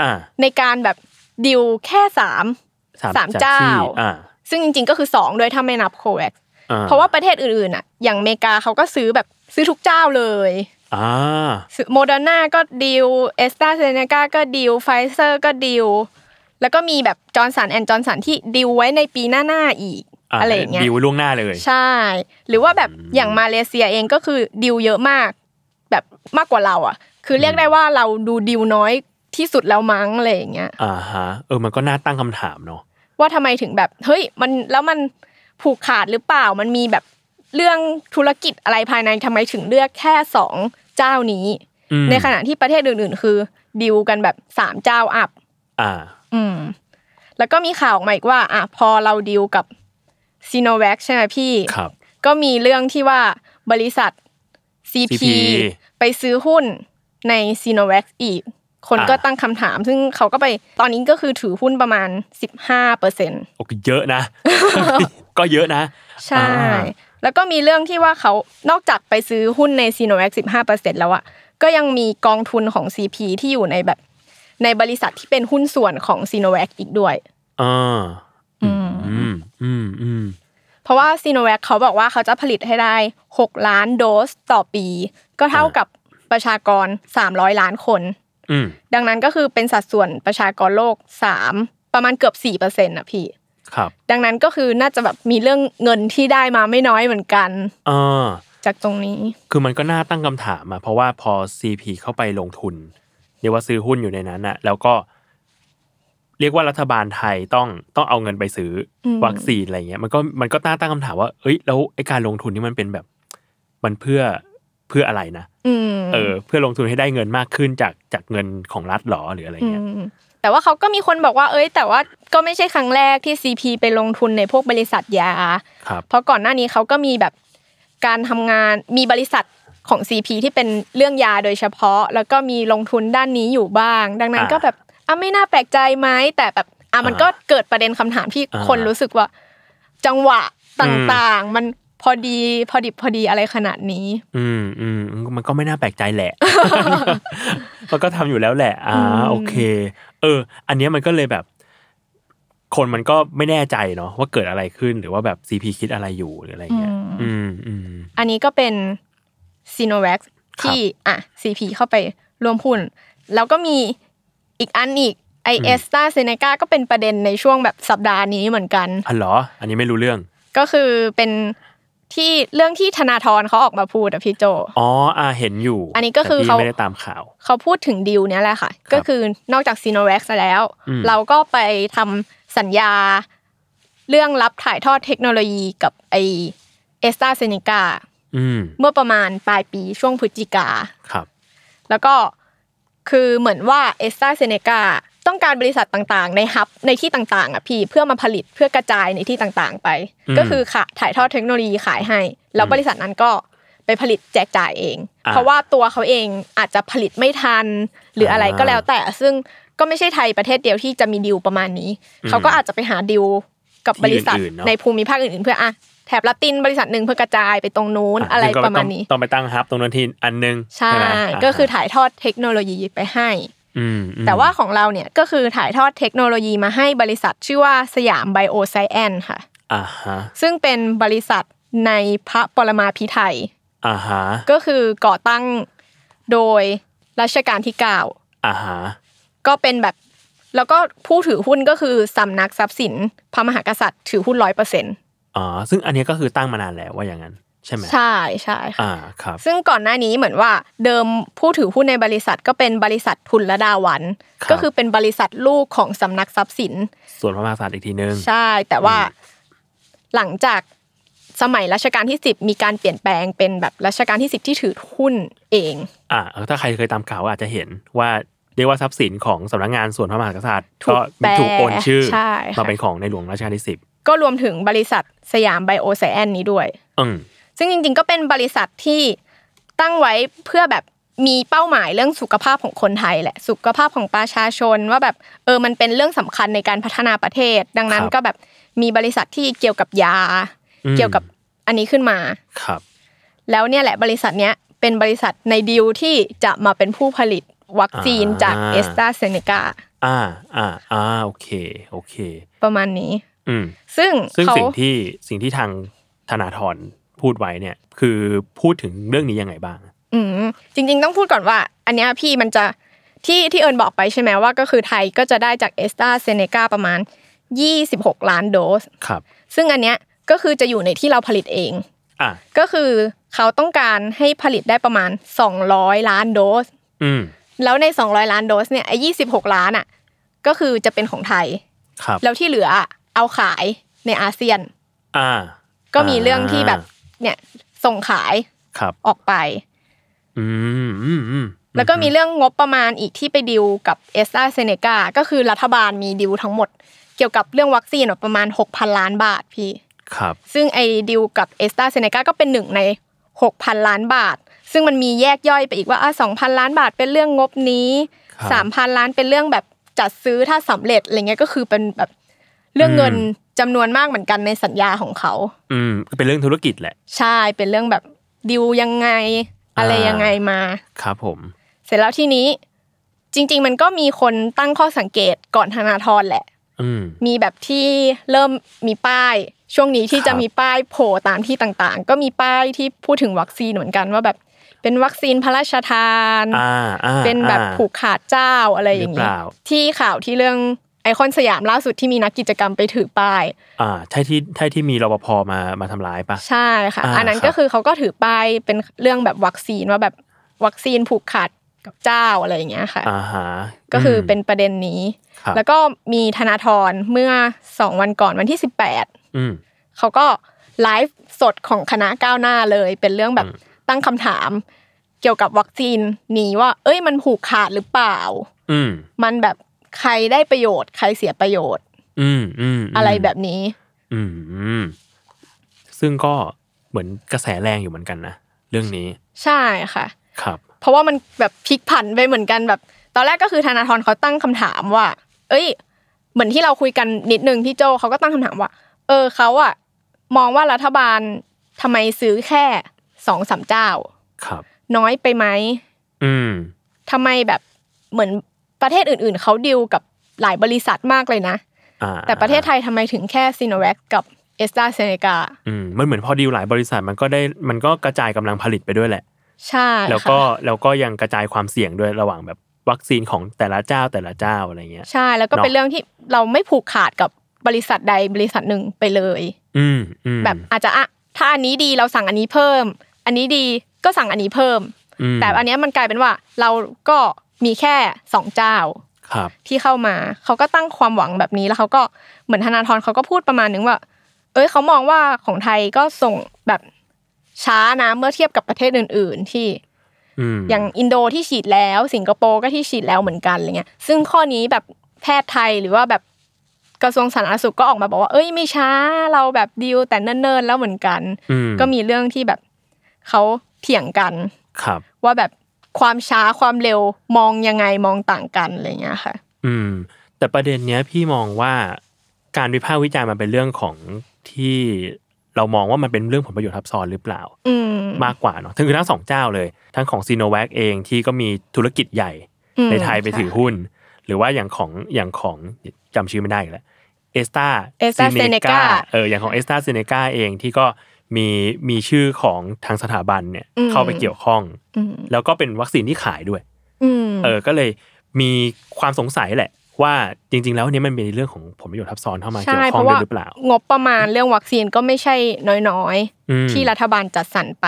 Speaker 2: อ่า
Speaker 3: ในการแบบดิวแค่สาม
Speaker 2: สาม
Speaker 3: สามเจ้า
Speaker 2: ที่อ่า
Speaker 3: ซึ่งจริงๆก็คือสองด้วยถ้าไม่นับโคแวค
Speaker 2: อ่
Speaker 3: เพราะว่าประเทศอื่นๆอ่ะอย่างอเมริกาเขาก็ซื้อแบบซื้อทุกเจ้าเลย
Speaker 2: อ่า
Speaker 3: โมเดอร์นาก็ดิวเอสตาเซเนกาก็ดิวไฟเซอร์ก็ดิวแล้วก็มีแบบจอร์นสันแอนจอร์นสันที่ดิวไว้ในปีหน้าๆอีก
Speaker 2: า
Speaker 3: อะไรอย่างเงี้ย
Speaker 2: ดีลไว้ล่วงหน้าเลย
Speaker 3: ใช่ หรือว่าแบบอย่างมาเลเซียเองก็คือดิวเยอะมาก แบบมากกว่าเราอ่ะ คือเรียกได้ว่าเราดูดิวน้อยที่สุดแล้วมั้งอะไรอย่างเงี้ย
Speaker 2: อ่าฮะเออมันก็น่าตั้งคำถามเนาะ
Speaker 3: ว่าทำไมถึงแบบเฮ้ยมันแล้วมันผูกขาดหรือเปล่ามันมีแบบเรื่องธุรกิจอะไรภายในทำไมถึงเลือกแค่สองเจ้านี้
Speaker 2: อืม
Speaker 3: ในขณะที่ประเทศอื่นๆ คือดิวกันแบบสามเจ้าอัพ
Speaker 2: อ่า
Speaker 3: อืมแล้วก็มีข่าวออกมาอีกว่าอ่ะพอเราดิวกับซีโนแวคใช่ไหมพี่
Speaker 2: ครับ
Speaker 3: ก็มีเรื่องที่ว่าบริษัท CP,
Speaker 2: CP
Speaker 3: ไปซื้อหุ้นใน s i n o v a c อีก คน
Speaker 2: อ่า
Speaker 3: ก็ตั้งคำถาม ซึ่งเขาก็ไปตอนนี้ก็คือถือหุ้นประมาณ 15เปอร์เซ็น
Speaker 2: โอเคเยอะ นะ ก็เยอะนะ
Speaker 3: ใช่
Speaker 2: อ่า
Speaker 3: แล้วก็มีเรื่องที่ว่าเขานอกจากไปซื้อหุ้นใน s i n o v a c 15เปอร์เซ็นแล้วอะก็ยังมีกองทุนของ CP ที่อยู่ในแบบในบริษัทที่เป็นหุ้นส่วนของ s i n o v a c อีกด้วย
Speaker 2: อ่า
Speaker 3: อืม
Speaker 2: อืมอืมอืม
Speaker 3: เพราะว่าซีโนแวคเขาบอกว่าเขาจะผลิตให้ได้ 6 ล้านโดสต่อปี ก็เท่ากับประชากร 300 ล้านคน
Speaker 2: อืม
Speaker 3: ดังนั้นก็คือเป็นสัดส่วนประชากรโลก 3 ประมาณเกือบ4%อน่ะพี่
Speaker 2: ครับ
Speaker 3: ดังนั้นก็คือน่าจะแบบมีเรื่องเงินที่ได้มาไม่น้อยเหมือนกัน
Speaker 2: อ่า
Speaker 3: จากตรงนี้
Speaker 2: คือมันก็น่าตั้งคำถามอะเพราะว่าพอ CP เข้าไปลงทุนเรียกว่าซื้อหุ้นอยู่ในนั้นอะแล้วก็ เรียกว่ารัฐบาลไทยต้องต้องเอาเงินไปซื้ออ
Speaker 3: ม
Speaker 2: วัคซีนอะไรเงี้ย มันก็มันก็น่าตั้งคำถามว่าเอ้ยแล้วไอการลงทุนนี่มันเป็นแบบ มันเพื่อเพื่ออะไรนะ
Speaker 3: อืม
Speaker 2: เออ เพื่อลงทุนให้ได้เงินมากขึ้นจากจากเงินของรัฐหรอหรืออะไรเงี้ย
Speaker 3: มแต่ว่าเขาก็มีคนบอกว่า เอ้ย แต่ว่าก็ไม่ใช่ครั้งแรกที่ CP ไปลงทุนในพวกบริษัทยา
Speaker 2: ครับ
Speaker 3: เพราะก่อนหน้านี้เขาก็มีแบบการทำงานมีบริษัทของ CP ที่เป็นเรื่องยาโดยเฉพาะ แล้วก็มีลงทุนด้านนี้อยู่บ้าง ดังนั้น
Speaker 2: อ่า
Speaker 3: ก็แบบ อ่ะไม่น่าแปลกใจไหมแต่แบบอ่ะมันก็เกิดประเด็นคำถามที่
Speaker 2: อ่า
Speaker 3: คนรู้สึกว่า จังหวะต่างๆ มันพอดีพอดิบพอดีอะไรขนาดนี้
Speaker 2: ืมอืมมันก็ไม่น่าแปลกใจแห ละ มันก็ทำอยู่แล้วแหละ อ่า
Speaker 3: อืม
Speaker 2: โอเค เออ อันเนี้ยมันก็เลยแบบ คนมันก็ไม่แน่ใจเนาะว่าเกิดอะไรขึ้นหรือว่าแบบซีพีคิดอะไรอยู่หรืออะไรเงี้ย อืมอืม
Speaker 3: อันนี้ก็เป็นซีโนแว c ที่อ่ะ CP เข้าไปรวมหุ้น แล้วก็มีอีกอันอีกไอเอสตาเซเนกาก็เป็นประเด็นในช่วงแบบสัปดาห์นี้เหมือนกัน
Speaker 2: อันเหรอ อันนี้ไม่รู้เรื่อง
Speaker 3: ก็คือเป็นที่เรื่องที่ธนาธรเขาออกมาพูดอะพี่โจ
Speaker 2: อ๋อ อ่าเห็นอยู่
Speaker 3: อันนี้ก็คือ
Speaker 2: แต่พี่
Speaker 3: เขา
Speaker 2: ไม่ได้ตามข่าว
Speaker 3: เขาพูดถึงดีลเนี้ยแหละค่ะ ก็คือนอกจากซีโนแว c แล้ว
Speaker 2: อืม
Speaker 3: เราก็ไปทำสัญญา เรื่องรับถ่ายทอดเทคโนโลยีกับไอเอสตาเซเนกา
Speaker 2: อืม
Speaker 3: เมื่อประมาณปลายปีช่วงพฤศจิกา
Speaker 2: ครับ
Speaker 3: แล้วก็คือเหมือนว่าเอสตาเซเนกาต้องการบริษัทต่างๆ ในฮับในที่ต่างๆอ่ะพี่เพื่อมาผลิตเพื่อกระจายในที่ต่างๆไป
Speaker 2: อืม
Speaker 3: ก็คือค่ะถ่ายทอดเทคโนโลยีขายให้ แล้วบริษัทนั้นก็ไปผลิตแจกจ่ายเอง
Speaker 2: อ่า
Speaker 3: เพราะว่าตัวเขาเองอาจจะผลิตไม่ทัน หรืออะไร
Speaker 2: อ่า
Speaker 3: ก็แล้วแต่ซึ่งก็ไม่ใช่ไทยประเทศเดียวที่จะมีดีลประมาณนี้
Speaker 2: อืม
Speaker 3: เขาก็อาจจะไปหาดีลกับบริษัท
Speaker 2: ที่อื่นๆเนอะ
Speaker 3: ในภูมิภาคอื่นๆ เพื่ออ่ะแถบละตินบริษัทหนึ่งเพื่อกระจายไปตรงนู้นอะไร
Speaker 2: ซึ่งก็
Speaker 3: ประมาณนี้
Speaker 2: ต้องต้องไปตั้งฮับตรงนั้นทีอันนึง
Speaker 3: ใช่
Speaker 2: ไหมา
Speaker 3: ก็คือถ่ายทอดเทคโนโลยีไปให้
Speaker 2: อืมอืม
Speaker 3: แต่ว่าของเราเนี่ยก็คือถ่ายทอดเทคโนโลยีมาให้บริษัทชื่อว่าสยามไบโอไซแอนค่ะ
Speaker 2: อ่าฮะ
Speaker 3: ซึ่งเป็นบริษัทในพระปรมาภิไธย
Speaker 2: อ่าฮะ
Speaker 3: ก็คือก่อตั้งโดยรัชกาลที่ 9
Speaker 2: อ่าฮะ
Speaker 3: ก็เป็นแบบ แล้วก็ผู้ถือหุ้นก็คือสำนักทรัพย์สิน พระมหากษัตริย์ถือหุ้นร้อยเปอร์เซ็นต์
Speaker 2: อ๋อ ซึ่งอันเนี้ยก็คือตั้งมานานแล้วว่าอย่างนั้น ใช่ไหม
Speaker 3: ใช่ใช่ค่ะ
Speaker 2: อ่า ครับ
Speaker 3: ซึ่งก่อนหน้านี้เหมือนว่าเดิมผู้ถือหุ้นในบริษัทก็เป็นบริษัททุนละดาวัน
Speaker 2: ครับ
Speaker 3: ก็คือเป็นบริษัทลูกของสำนักทรัพย์สิน
Speaker 2: ส่วนพระมหากษัตริย์อีกทีนึง
Speaker 3: ใช่แต่ว่าหลังจากสมัยรัชกาลที่ 10 มีการเปลี่ยนแปลงเป็นแบบรัชกาลที่ 10 ที่ถือหุ้นเอง
Speaker 2: อ่าเออถ้าใครเคยตามข่าวก็อาจจะเห็นว่าเรียกว่าทรัพย์สินของสำนักงานส่วนพระมหากษัตริย์
Speaker 3: ถู
Speaker 2: ก็
Speaker 3: กแปล
Speaker 2: ถูกโอนชื่อ
Speaker 3: ใช่ค่ะ
Speaker 2: มาเป็นของในหลวงรัชกาลที่สิบ
Speaker 3: ก็รวมถึงบริษัทสยามไบโอไซแอนนี้ด้วย
Speaker 2: อืม
Speaker 3: ซึ่งจริงๆก็เป็นบริษัทที่ตั้งไว้เพื่อแบบมีเป้าหมายเรื่องสุขภาพของคนไทยแหละ สุขภาพของประชาชนว่าแบบเออมันเป็นเรื่องสำคัญในการพัฒนาประเทศ ดังนั้นก็แบบมีบริษัทที่เกี่ยวกับยา
Speaker 2: อืม
Speaker 3: เกี่ยวกับอันนี้ขึ้นมา
Speaker 2: ครับ
Speaker 3: แล้วเนี่ยแหละบริษัทเนี้ยเป็นบริษัทในดีลที่จะมาเป็นผู้ผลิตวัคซีน
Speaker 2: อ่า
Speaker 3: จากเอสตราเซเนกา
Speaker 2: อ่า อ่า อ่า โอเค โอเค
Speaker 3: ประมาณนี้
Speaker 2: อืม
Speaker 3: ซึ่ง
Speaker 2: ซึ่ง
Speaker 3: เขา
Speaker 2: สิ่งที่สิ่งที่ทางธนาธรพูดไว้เนี่ย คือพูดถึงเรื่องนี้ยังไงบ้าง
Speaker 3: อืมจริง ๆ ต้องพูดก่อนว่า อันเนี้ยพี่มันจะที่ที่เอิญบอกไปใช่ไหมว่าก็คือไทยก็จะได้จากเอสตราเซเนกาประมาณ 26 ล้านโดส
Speaker 2: ครับ
Speaker 3: ซึ่งอันเนี้ยก็คือจะอยู่ในที่เราผลิตเอง
Speaker 2: อ่ะ
Speaker 3: ก็คือเขาต้องการให้ผลิตได้ประมาณ 200 ล้านโดส
Speaker 2: อืม
Speaker 3: แล้วใน 200 ล้านโดสเนี่ยไอ้ยีล้านอ่ะก็คือจะเป็นของไทย
Speaker 2: ครับ
Speaker 3: แล้วที่เหลืออะเอาขายในอาเซียน
Speaker 2: อ่า
Speaker 3: ก็มีเรื่องที่แบบเนี่ยส่งขาย
Speaker 2: ครับ
Speaker 3: ออกไป
Speaker 2: อืมอืมอืม
Speaker 3: แล้วก็มีเรื่องงบประมาณอีกที่ไปดิวกับเอสตาเซเนกาก็คือรัฐบาลมีดิวทั้งหมด เกี่ยวกับเรื่องวัคซีนอะประมาณ 6,000 ล้านบาทพี่
Speaker 2: ครับ
Speaker 3: ซึ่งไอ้ดิวกับเอสตาเซเนกาก็เป็นหนึ่งใน 6,000 ล้านบาท ซึ่งมันมีแยกย่อยไปอีกว่าอ่ะ2,000 ล้านบาทเป็นเรื่องงบนี้
Speaker 2: ครับ
Speaker 3: 3,000 ล้านเป็นเรื่องแบบจัดซื้อถ้าสำเร็จอะไรเงี้ยก็คือเป็นแบบเรื่องเงินจำนวนมากเหมือนกันในสัญญาของเขา
Speaker 2: อืมก็เป็นเรื่องธุรกิจแหละ
Speaker 3: ใช่เป็นเรื่องแบบดิวยังไง อะไร
Speaker 2: อ่ายั
Speaker 3: ยังไงมา
Speaker 2: ครับผม
Speaker 3: เสร็จแล้วทีนี้จริง ๆ มันก็มีคนตั้งข้อสังเกตก่อนธนาธรแหละ
Speaker 2: อืม
Speaker 3: มีแบบที่เริ่มมีป้าย ช่วงนี้ที่
Speaker 2: ครั
Speaker 3: จะ
Speaker 2: บ
Speaker 3: มีป้ายโผล่ตามที่ต่างๆ ก็มีป้ายที่พูดถึงวัคซีนเหมือนกันว่าแบบเป็นวัคซีนพระราชทาน
Speaker 2: อ่าอ่า
Speaker 3: เป็นแบบ
Speaker 2: อ่า
Speaker 3: ผูกขาดเจ้าอะไรอย่าง
Speaker 2: หรือ
Speaker 3: นี้
Speaker 2: เปล่า
Speaker 3: ที่ข่าวที่เรื่องไอคอนสยามล่าสุดที่มีนักกิจกรรมไปถือป้าย
Speaker 2: อ่าใช่ที่ใช่ที่มีรปภมามาทำร้ายปะ
Speaker 3: ใช่ค่ะ
Speaker 2: อ่า
Speaker 3: อันนั้
Speaker 2: ค
Speaker 3: น
Speaker 2: รับ
Speaker 3: ก็คือเขาก็ถือป้ายเป็นเรื่องแบบวัคซีนว่าแบบวัคซีนผูกขาดกับเจ้าอะไรอย่างเงี้ยค่ะ
Speaker 2: อ่าฮะ
Speaker 3: ก็คืออ
Speaker 2: ม
Speaker 3: เป็นประเด็นนี้
Speaker 2: ครับ
Speaker 3: แล้วก็มีธนาธรเมื่อ 2 วันก่อนวันที่ 18
Speaker 2: อืม
Speaker 3: เขาก็ไลฟ์สดของคณะก้าวหน้าเลย เป็นเรื่องแบบ
Speaker 2: อืม
Speaker 3: ตั้งคำถาม เกี่ยวกับวัคซีนนี้ว่า เอ้ยมันผูกขาดหรือเปล่า
Speaker 2: อืม
Speaker 3: มันแบบใครได้ประโยชน์ ใครเสียประโยชน์
Speaker 2: อืมอืม
Speaker 3: อะไรแบบนี้
Speaker 2: อืมอืมซึ่งก็เหมือนกระแสแรงอยู่เหมือนกันนะเรื่องนี้
Speaker 3: ใช่ค่ะ
Speaker 2: ครับ
Speaker 3: เพราะว่ามันแบบพลิกผันไปเหมือนกันแบบ ตอนแรกก็คือธนาธรเขาตั้งคำถามว่า เอ้ย เหมือนที่เราคุยกันนิดนึงพี่โจเขาก็ตั้งคำถามว่า เออเขาอะมองว่ารัฐบาลทำไมซื้อแค่สองสามเจ้า
Speaker 2: ครับ
Speaker 3: น้อยไปไหม
Speaker 2: อืม
Speaker 3: ทำไมแบบเหมือนประเทศอื่นๆเขาดิวกับหลายบริษัทมากเลยนะ
Speaker 2: อ่า
Speaker 3: แต่ประเทศไทยทำไมถึงแค่ซีโนแวคกับเอสตาเซเนกา
Speaker 2: อืมมันเหมือนพอดีลหลายบริษัทมันก็ได้มันก็กระจายกำลังผลิตไปด้วยแหละ
Speaker 3: ใช่
Speaker 2: แล้วก็
Speaker 3: ค่ะ
Speaker 2: แล้วก็ยังกระจายความเสี่ยงด้วยระหว่างแบบวัคซีนของแต่ละเจ้าแต่ละเจ้าอะไรเงี้ย
Speaker 3: ใช่แล้วก็
Speaker 2: เนาะ
Speaker 3: เป็นเรื่องที่เราไม่ผูกขาดกับบริษัทใดบริษัทหนึ่งไปเลย
Speaker 2: อืมอืม
Speaker 3: แบบอาจจะอะถ้าอันนี้ดีเราสั่งอันนี้เพิ่ม อันนี้ดีก็สั่งอันนี้เพิ่ม
Speaker 2: ม
Speaker 3: แต่อันเนี้ยมันกลายเป็นว่าเราก็มีแค่สองเจ้า
Speaker 2: ครับ
Speaker 3: ที่เข้ามาเขาก็ตั้งความหวังแบบนี้แล้วเขาก็เหมือนธนาธรเขาก็พูดประมาณนึงว่า เอ้ยเขามองว่าของไทยก็ส่งแบบช้านะเมื่อเทียบกับประเทศอื่น ๆ ที่
Speaker 2: อืม
Speaker 3: อย่างอินโดที่ฉีดแล้วสิงคโปร์ก็ที่ฉีดแล้วเหมือนกันอะไรเงี้ยซึ่งข้อนี้แบบแพทย์ไทยหรือว่าแบบกระทรวงสาธารณสุขก็ออกมาบอกว่า เอ้ยไม่ช้าเราแบบดีลแต่เนิ่นๆแล้วเหมือนกัน
Speaker 2: อืม
Speaker 3: ก็มีเรื่องที่แบบเขาเถียงกัน
Speaker 2: ครับ
Speaker 3: ว่าแบบความช้าความเร็วมองยังไงมองต่างกันอะไรเงี้ยค่ะ
Speaker 2: อืม แต่ประเด็นเนี้ยพี่มองว่าการวิพากษ์วิจารณ์มันเป็นเรื่องของที่เรามองว่ามันเป็นเรื่องผลประโยชน์ทับซ้อนหรือเปล่า
Speaker 3: อืม
Speaker 2: มากกว่าเนาะทั้งคือทั้งสองเจ้าเลย ทั้งของซีโนแวคเองที่ก็มีธุรกิจใหญ่
Speaker 3: อืม
Speaker 2: ในไทยไปถือ
Speaker 3: ค่ะ
Speaker 2: หุ้น หรือว่าอย่างของอย่างของจำชื่อไม่ได้อีกแล้วเอสตา
Speaker 3: Astra Zeneca
Speaker 2: เอออย่างของเอสตาเซเนกาเองที่ก็มีมีชื่อของทางสถาบันเนี่ย
Speaker 3: อืม
Speaker 2: เข้าไปเกี่ยวข้อง
Speaker 3: อืม
Speaker 2: แล้วก็เป็นวัคซีนที่ขายด้วย
Speaker 3: อืม
Speaker 2: เออก็เลยมีความสงสัยแหละ ว่าจริง ๆ แล้วเนี่ยมันเป็นเรื่องของผลประโยชน์ทับซ้อนเข้ามาเกี่ยวข้องด้วยหรือเปล่า
Speaker 3: งบประมาณเรื่องวัคซีนก็ไม่ใช่น้อยๆ
Speaker 2: อืม
Speaker 3: ที่รัฐบาลจัดสรรไป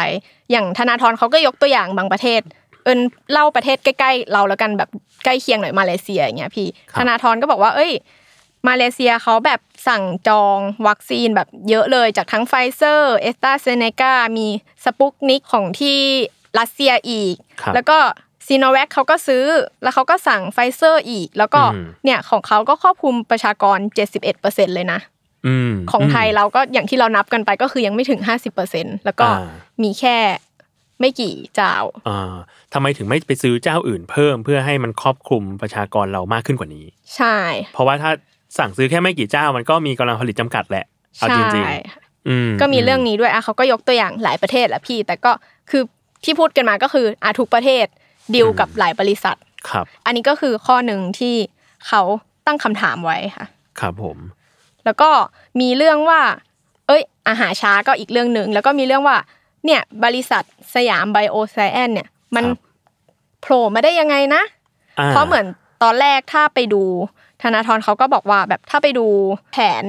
Speaker 3: อย่างธนาธรเขาก็ยกตัวอย่างบางประเทศ เอินเล่าประเทศใกล้ๆ เราแล้วกันแบบใกล้เคียงหน่อยมาเลเซียอย่างเงี้ยพี่ ธนาธรก็บอกว่า เอ้ย มาเลเซียเขาแบบสั่งจองวัคซีนแบบเยอะเลยจากทั้งไฟเซอร์เอสตาเซเนกามีสปุกนิกของที่รัสเซียอีก
Speaker 2: ครับ
Speaker 3: แล้วก็ซีโนแวคเขาก็ซื้อแล้วเขาก็สั่งไฟเซอร์อีก แล้วก็
Speaker 2: อืม
Speaker 3: เนี่ยของเขาก็ครอบคลุมประชากร 71%เลยนะ
Speaker 2: อืม
Speaker 3: ของไทย
Speaker 2: ม
Speaker 3: เราก็อย่างที่เรานับกันไปก็คือยังไม่ถึง 50%แล้วก็
Speaker 2: อ่า
Speaker 3: มีแค่ไม่กี่เจ้า
Speaker 2: อ่าทำไมถึงไม่ไปซื้อเจ้าอื่นเพิ่มเพื่อให้มันครอบคลุมประชากรเรามากขึ้นกว่านี้
Speaker 3: ใช่
Speaker 2: เพราะว่าถ้าสั่งซื้อแค่ไม่กี่เจ้ามันก็มีกำลังผลิตจำกัดแหละ เอา
Speaker 3: ใช่
Speaker 2: จริงๆอื
Speaker 3: ก็มีเรื่องนี้ด้วยอ่ะเขาก็ยกตัวอย่างหลายประเทศแหละพี่ แต่ก็คือที่พูดกันมาก็คืออาทุกประเทศดีลกับหลายบริษัท
Speaker 2: ครับ
Speaker 3: อันนี้ก็คือข้อหนึ่งที่เขาตั้งคำถามไว้ค่ะ
Speaker 2: ครับผม
Speaker 3: แล้วก็มีเรื่องว่า เอ้ย อาหารช้าก็อีกเรื่องหนึ่ง แล้วก็มีเรื่องว่า เนี่ย บริษัทสยามไบโอไซแอนเนี่ย มัน
Speaker 2: ครับ
Speaker 3: โผล่มาได้ยังไงนะ เพราะเหมือนตอนแรกถ้าไปดู ธนาธรเขาก็บอกว่าแบบถ้าไปดูแผน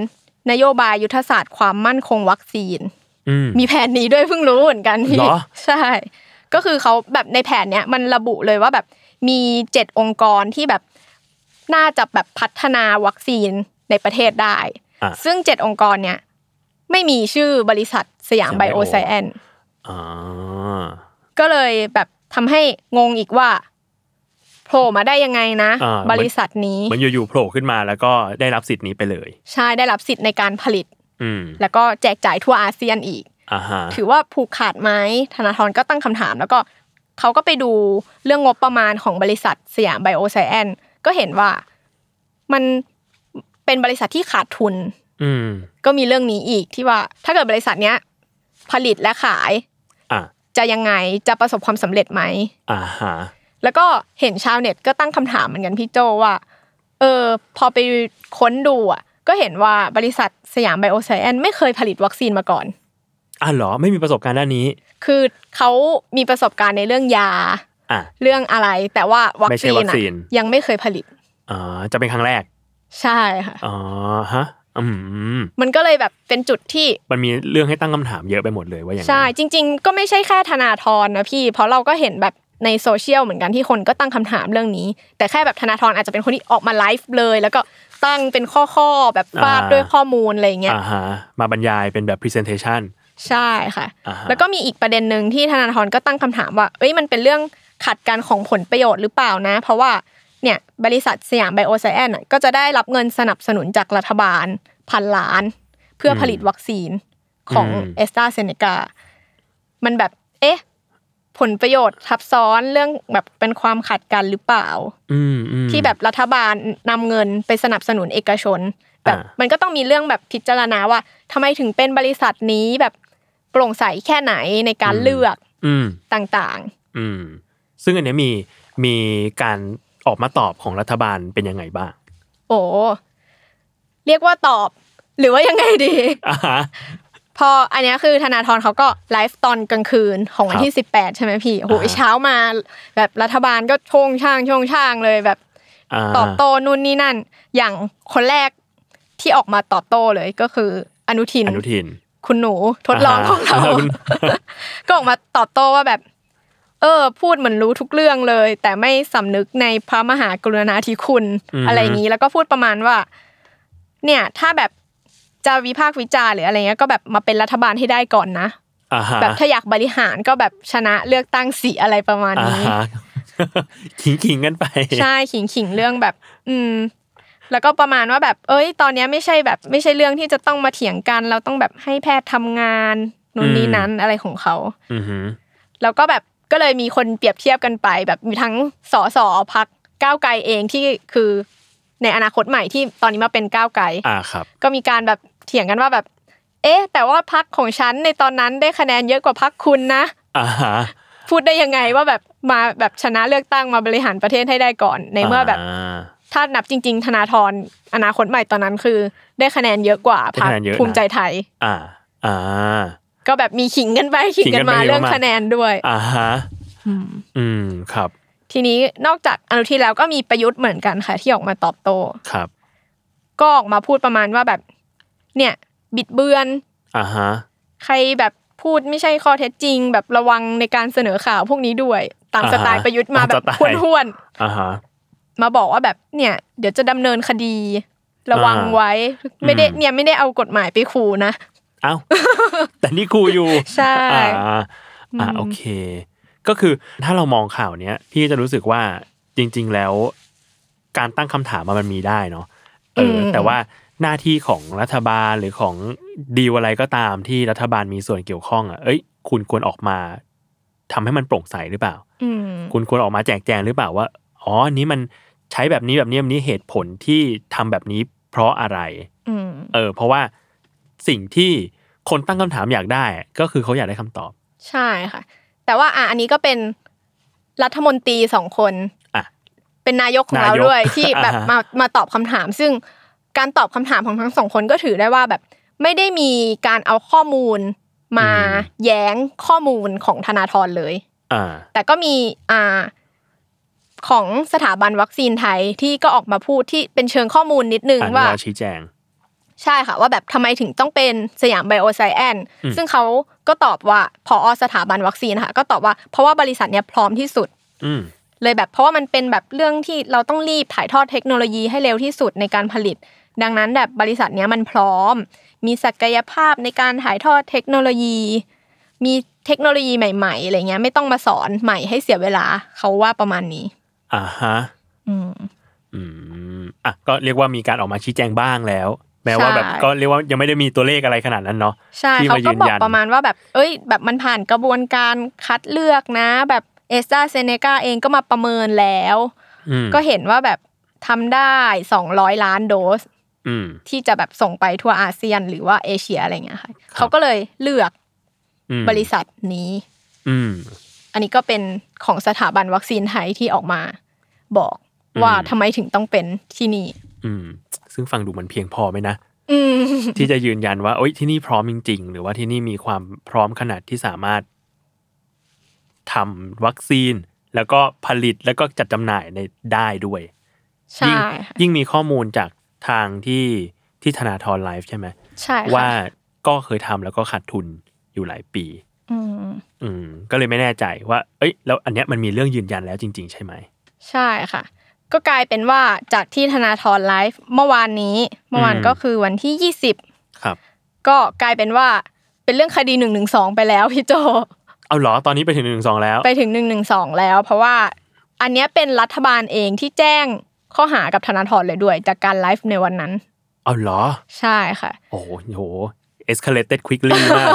Speaker 3: นโยบายยุทธศาสตร์ความมั่นคงวัคซีน
Speaker 2: อืม
Speaker 3: มีแผนนี้ด้วยเพิ่งรู้เหมือนกันที่
Speaker 2: เหรอ
Speaker 3: ใช่ ก็คือเขาแบบในแผนเนี้ยมันระบุเลยว่าแบบมีเจ็ดองค์กรที่แบบน่าจะแบบพัฒนาวัคซีนในประเทศได้
Speaker 2: อ่ะ
Speaker 3: ซึ่งเจ็ดองค์กรเนี่ยไม่มีชื่อบริษัทสยา
Speaker 2: ส
Speaker 3: ม
Speaker 2: ยาม
Speaker 3: ไบ
Speaker 2: ไบ
Speaker 3: โอ
Speaker 2: โอ
Speaker 3: ไซแอน
Speaker 2: อ่า
Speaker 3: ก็เลยแบบทำให้งงอีกว่าโผล่มาได้ยังไงนะ
Speaker 2: อ่า
Speaker 3: บริษัทนี้
Speaker 2: เหมือนอยู่ๆโผล่ขึ้นมาแล้วก็ได้รับสิทธิ์นี้ไปเลย
Speaker 3: ใช่ได้รับสิทธิ์ในการผลิต
Speaker 2: อืม
Speaker 3: แล้วก็แจกจ่ายทั่วอาเซียนอีก
Speaker 2: อ่าฮะ
Speaker 3: ถือว่าผูกขาดไหมธนาธรก็ตั้งคำถาม แล้วก็เขาก็ไปดูเรื่องงบประมาณของบริษัทสยามไบโอไซแอนก็เห็นว่ามันเป็นบริษัทที่ขาดทุน
Speaker 2: อืม
Speaker 3: ก็มีเรื่องนี้อีกที่ว่าถ้าเกิดบริษัทเนี้ยผลิตและขาย
Speaker 2: อ่ะ
Speaker 3: จะยังไงจะประสบความสำเร็จไหม
Speaker 2: อ่าฮะ
Speaker 3: แล้วก็เห็นชาวเน็ตก็ตั้งคำถามเหมือนกันพี่โจว่า เออพอไปค้นดูอ่ะ ก็เห็นว่าบริษัทสยามไบโอไซแอนไม่เคยผลิตวัคซีนมาก่อน
Speaker 2: อ่ะเหรอไม่มีประสบการณ์ด้านนี้
Speaker 3: คือเขามีประสบการณ์ในเรื่องยา
Speaker 2: อ่ะ
Speaker 3: เรื่องอะไร แต่ว่าวัค
Speaker 2: ไม่ใช่
Speaker 3: ซี
Speaker 2: วัน ค
Speaker 3: อ่ะ
Speaker 2: ซีน
Speaker 3: ยังไม่เคยผลิต
Speaker 2: อ่าจะเป็นครั้งแรก
Speaker 3: ใช่ค่ะ
Speaker 2: อ๋อฮะอืม
Speaker 3: มันก็เลยแบบเป็นจุดที่
Speaker 2: มันมีเรื่องให้ตั้งคำถามเยอะไปหมดเลยว่าอย่างนั้น
Speaker 3: ใช่จริง ๆ ก็ไม่ใช่แค่ธนาธรนะพี่ เพราะเราก็เห็นแบบในโซเชียลเหมือนกันที่คนก็ตั้งคำถามเรื่องนี้ แต่แค่แบบธนาธรอาจจะเป็นคนที่ออกมาไลฟ์เลย แล้วก็ตั้งเป็นข้อๆแบบฟาดด้วยข้อมูลอะไรอย่างเงี้ย
Speaker 2: อ่าฮะมาบรรยายเป็นแบบ presentation
Speaker 3: ใช่ค่ะ
Speaker 2: อ่าฮะ
Speaker 3: แล้วก็มีอีกประเด็นหนึ่งที่ธนาธรก็ตั้งคำถามว่า เอ้ยมันเป็นเรื่องขัดกันของผลประโยชน์หรือเปล่านะ เพราะว่าเนี่ยบริษัทสยามไบโอไซแอนะก็จะได้รับเงินสนับสนุนจากรัฐบาลพันล้าน เพื่อผลิตวัคซีนของ
Speaker 2: อืม
Speaker 3: เอสตราเซเนกา มันแบบ เอ๊ะ ผ ผลประโยชน์ทับซ้อนเรื่องแบบเป็นความขัดกันหรือเปล่า
Speaker 2: อืมอืม
Speaker 3: ที่แบบรัฐบาลนำเงินไปสนับสนุนเอกชน แบบ
Speaker 2: อ่ามั
Speaker 3: มันก็ต้องมีเรื่องแบบพิจารณาว่าทำไมถึงเป็นบริษัทนี้แบบโปร่งใสแค่ไหนในการเลือก
Speaker 2: อืม
Speaker 3: ต่าง
Speaker 2: อืม ซึ่งอันเนี้ยมีมีการออกมาตอบของรัฐบาลเป็นยังไงบ้าง
Speaker 3: ๆ โอ้เรียกว่าตอบ หรือว่ายังไงดี
Speaker 2: อ่าฮะ
Speaker 3: พออันเนี้ยคือธนาธรเขาก็ไลฟ์ตอนกลางคืนของวันที่ 18 ใช่ไหมพี่โอ้โห
Speaker 2: อ่า
Speaker 3: เช้ามา แบบรัฐบาลก็โชงช่างโชงช่างเลยแบบ
Speaker 2: อ่า
Speaker 3: ตอบโต้นู่นนี่นั่น อย่างคนแรกที่ออกมาตอบโต้เลยก็คืออนุทิน
Speaker 2: อนุทิน
Speaker 3: คุณหนูทดลองของเรา
Speaker 2: ฮะ
Speaker 3: ก็ออกมาตอบโต้ว่าแบบ เออ พูดเหมือนรู้ทุกเรื่องเลย แต่ไม่สำนึกในพระมหากรุณาธิคุณ
Speaker 2: อือฮึ
Speaker 3: อะไรอย่างนี้ แล้วก็พูดประมาณว่า เนี่ย ถ้าแบบจะวิพากษ์วิจารณ์หรืออะไรเงี้ยก็แบบมาเป็นรัฐบาลให้ได้ก่อนนะ
Speaker 2: อ่าฮะ
Speaker 3: แบบถ้าอยากบริหารก็แบบชนะเลือกตั้งสีอะไรประมาณ
Speaker 2: อ่า
Speaker 3: นี้
Speaker 2: ฮะ ขิงขิงกันไป
Speaker 3: ใช่ ขิงขิงเรื่องแบบ อืม แล้วก็ประมาณว่าแบบ เอ้ย ตอนเนี้ยไม่ใช่แบบ ไม่ใช่เรื่องที่จะต้องมาเถียงกัน เราต้องแบบให้แพทย์ทำงานนู่นนี่
Speaker 2: อืม
Speaker 3: นั้นอะไรของเขา
Speaker 2: อือหือ
Speaker 3: แล้วก็แบบก็เลยมีคนเปรียบเทียบกันไป แบบมีทั้งสสพักก้าวไกลเองที่คือในอนาคตใหม่ที่ตอนนี้มาเป็นก้าวไกล
Speaker 2: อ่าครับ
Speaker 3: ก็มีการแบบเถียงกันว่าแบบ เอ๊ะ แต่ว่าพักของฉันในตอนนั้นได้คะแนนเยอะกว่าพักคุณนะ
Speaker 2: อ่าฮะ
Speaker 3: พูดได้ยังไงว่าแบบมาแบบชนะเลือกตั้งมาบริหารประเทศให้ได้ก่อน ในเมื่อแบบ ถ้านับจริง ๆ ธนาธรอนาคตใหม่ตอนนั้นคือ ได้คะแนนเยอะกว่าพรรค
Speaker 2: ได้คะแนนเยอะนะ
Speaker 3: ภูมิใจไทย
Speaker 2: อ่า อ่า
Speaker 3: ก็แบบมีขิงกันไปขิงกันมา
Speaker 2: ขิงกันไป
Speaker 3: เรื่อง
Speaker 2: เยอะมาก
Speaker 3: คะแนนด้วย
Speaker 2: อ่าฮะ
Speaker 3: อืม
Speaker 2: อืม ครับ
Speaker 3: ทีนี้นอกจากอนุทินแล้วก็มีประยุทธ์เหมือนกันค่ะ ที่ออกมาตอบโต้
Speaker 2: ครับ
Speaker 3: ก็ออกมาพูดประมาณว่าแบบ เนี่ย บิดเบือน
Speaker 2: อ่าฮะ
Speaker 3: ใครแบบพูดไม่ใช่ข้อเท็จจริง แบบระวังในการเสนอข่าวพวกนี้ด้วยตามสไตล์
Speaker 2: อ่าฮะ
Speaker 3: ประยุทธ์มาแบ
Speaker 2: ตามส
Speaker 3: บ
Speaker 2: ไตล์
Speaker 3: ห้วน
Speaker 2: อ่าฮะ
Speaker 3: ๆมาบอกว่าแบบเนี่ย เดี๋ยวจะดำเนินคดี ระวัง
Speaker 2: อ่า
Speaker 3: ไว้ ไม่ได้
Speaker 2: อืม
Speaker 3: เนี่ยไม่ได้เอากฎหมายไปขู่นะ
Speaker 2: เอ้า แต่นี่ครูอยู่
Speaker 3: ใช่
Speaker 2: อ่าอ่า
Speaker 3: อืม
Speaker 2: โอเค ก็คือถ้าเรามองข่าวเนี้ย พี่จะรู้สึกว่าจริง ๆ แล้ว การตั้งคำถามอะมันมีได้เนาะเอออ
Speaker 3: ม
Speaker 2: แต่ว่าหน้าที่ของรัฐบาลหรือของดีลอะไรก็ตามที่รัฐบาลมีส่วนเกี่ยวข้องอ่ะเอ้ย คุณควรออกมาทำให้มันโปร่งใสหรือเปล่า
Speaker 3: อืม
Speaker 2: คุณควรออกมาแจกแจงหรือเปล่าว่าอ๋ออันนี้มันใช้แบบนี้แบบนี้แบบนี้เหตุผลที่ทำแบบนี้เพราะอะไร
Speaker 3: อืม
Speaker 2: เออ เพราะว่าสิ่งที่คนตั้งคำถามอยากได้ ก็คือเขาอยากได้คำตอบ
Speaker 3: ใช่ค่ะ แต่ว่าอ่ะอันนี้ก็เป็นรัฐมนตรีสองคน
Speaker 2: อ่ะ
Speaker 3: เป็นนายกของ
Speaker 2: นา
Speaker 3: เรา
Speaker 2: ยก
Speaker 3: ด้วย ที่แบบ
Speaker 2: อ่าฮะ
Speaker 3: มามาตอบคำถาม ซึ่งการตอบคำถามของทั้งสองคนก็ถือได้ว่าแบบไม่ได้มีการเอาข้อมูลมาแย้งข้อมูลของธนาธรเลย
Speaker 2: อ่า
Speaker 3: แต่ก็มีอ่าของสถาบันวัคซีนไทยที่ก็ออกมาพูดที่เป็นเชิงข้อมูลนิดนึง
Speaker 2: อ่ะ
Speaker 3: ว่า
Speaker 2: เดี๋ยเราชี้แจง
Speaker 3: ใช่ค่ะ ว่าแบบทำไมถึงต้องเป็นสยามไบโอไซแอน
Speaker 2: อืม
Speaker 3: ซึ่งเขาก็ตอบว่าพอสถาบันวัคซีนนะค่ะก็ตอบว่าเพราะว่าบริษัทเนี่ยพร้อมที่สุด
Speaker 2: อืม
Speaker 3: เลยแบบเพราะว่ามันเป็นแบบเรื่องที่เราต้องรีบถ่ายทอดเทคโนโลยีให้เร็วที่สุดในการผลิต ดังนั้นแบบบริษัทเนี้ยมันพร้อม มีศักยภาพในการถ่ายทอดเทคโนโลยี มีเทคโนโลยีใหม่ๆอะไรเงี้ยไม่ต้องมาสอนใหม่ให้เสียเวลาเขาว่าประมาณนี้
Speaker 2: อ่าฮะ
Speaker 3: อืม
Speaker 2: อืม อ่ะ ก็เรียกว่ามีการออกมาชี้แจงบ้างแล้ว แม้ว่า
Speaker 3: ใช่
Speaker 2: แบบก็เรียกว่ายังไม่ได้มีตัวเลขอะไรขนาดนั้นเนาะ
Speaker 3: ใช่
Speaker 2: ที่
Speaker 3: เขา
Speaker 2: มายื
Speaker 3: ก็
Speaker 2: น
Speaker 3: บอก
Speaker 2: ยัน
Speaker 3: ประมาณว่าแบบ เอ้ย แบบมันผ่านกระบวนการคัดเลือกนะ แบบเอสตาเซเนกาเองก็มาประเมินแล้ว
Speaker 2: อืม
Speaker 3: ก็เห็นว่าแบบทำได้ 200 ล้านโดส
Speaker 2: อืม
Speaker 3: ที่จะแบบส่งไปทั่วอาเซียนหรือว่าเอเชียอะไรเงี้ยค่ะเขาก็เลยเลือก
Speaker 2: อืม
Speaker 3: บริษัทนี้
Speaker 2: อืม
Speaker 3: อันนี้ก็เป็นของสถาบันวัคซีนไทยที่ออกมาบอกว่า
Speaker 2: อืม
Speaker 3: ทำไมถึงต้องเป็นที่นี่
Speaker 2: อืม ซึ่งฟังดูมันเพียงพอไหมนะ
Speaker 3: อืม
Speaker 2: ที่จะยืนยันว่าโอ้ยที่นี่พร้อมจริง ๆ หรือว่าที่นี่มีความพร้อมขนาดที่สามารถทำวัคซีน แล้วก็ผลิตแล้วก็จัดจำหน่ายในได้ด้วย
Speaker 3: ใช่
Speaker 2: ยิ่ง
Speaker 3: ค่ะ
Speaker 2: ยิ่งมีข้อมูลจากทางที่ที่ธนาธรไลฟ์ใช่ไหม
Speaker 3: ใช่ค่ะ
Speaker 2: ว่าก็เคยทำแล้วก็ขาดทุนอยู่หลายปี
Speaker 3: อืม
Speaker 2: อืม ก็เลยไม่แน่ใจว่า เอ้ย แล้วอันเนี้ยมันมีเรื่องยืนยันแล้วจริง ๆ ใช่ไหม
Speaker 3: ใช่ค่ะ ก็กลายเป็นว่าจากที่ธนาธรไลฟ์เมื่อวานนี้ เมื่อวาน
Speaker 2: อืม
Speaker 3: ก็คือวัน
Speaker 2: ค
Speaker 3: ที่
Speaker 2: รับ
Speaker 3: 20 ก็กลายเป็นว่าเป็นเรื่องคดี1นึไปแล้ว พี่โจ
Speaker 2: เอาเหรอ ตอนนี้ไปถึงหนึ่งสองแล้ว
Speaker 3: ไปถึง1นึแล้ว เพราะว่าอันเนี้ยเป็นรัฐบาลเองที่แจ้งข้อหากับธนาธรเลยด้วย จากการไลฟ์ในวันนั้น
Speaker 2: เอาเหรอ
Speaker 3: ใช่ค่ะ
Speaker 2: โอ้โห escalated quickly มาก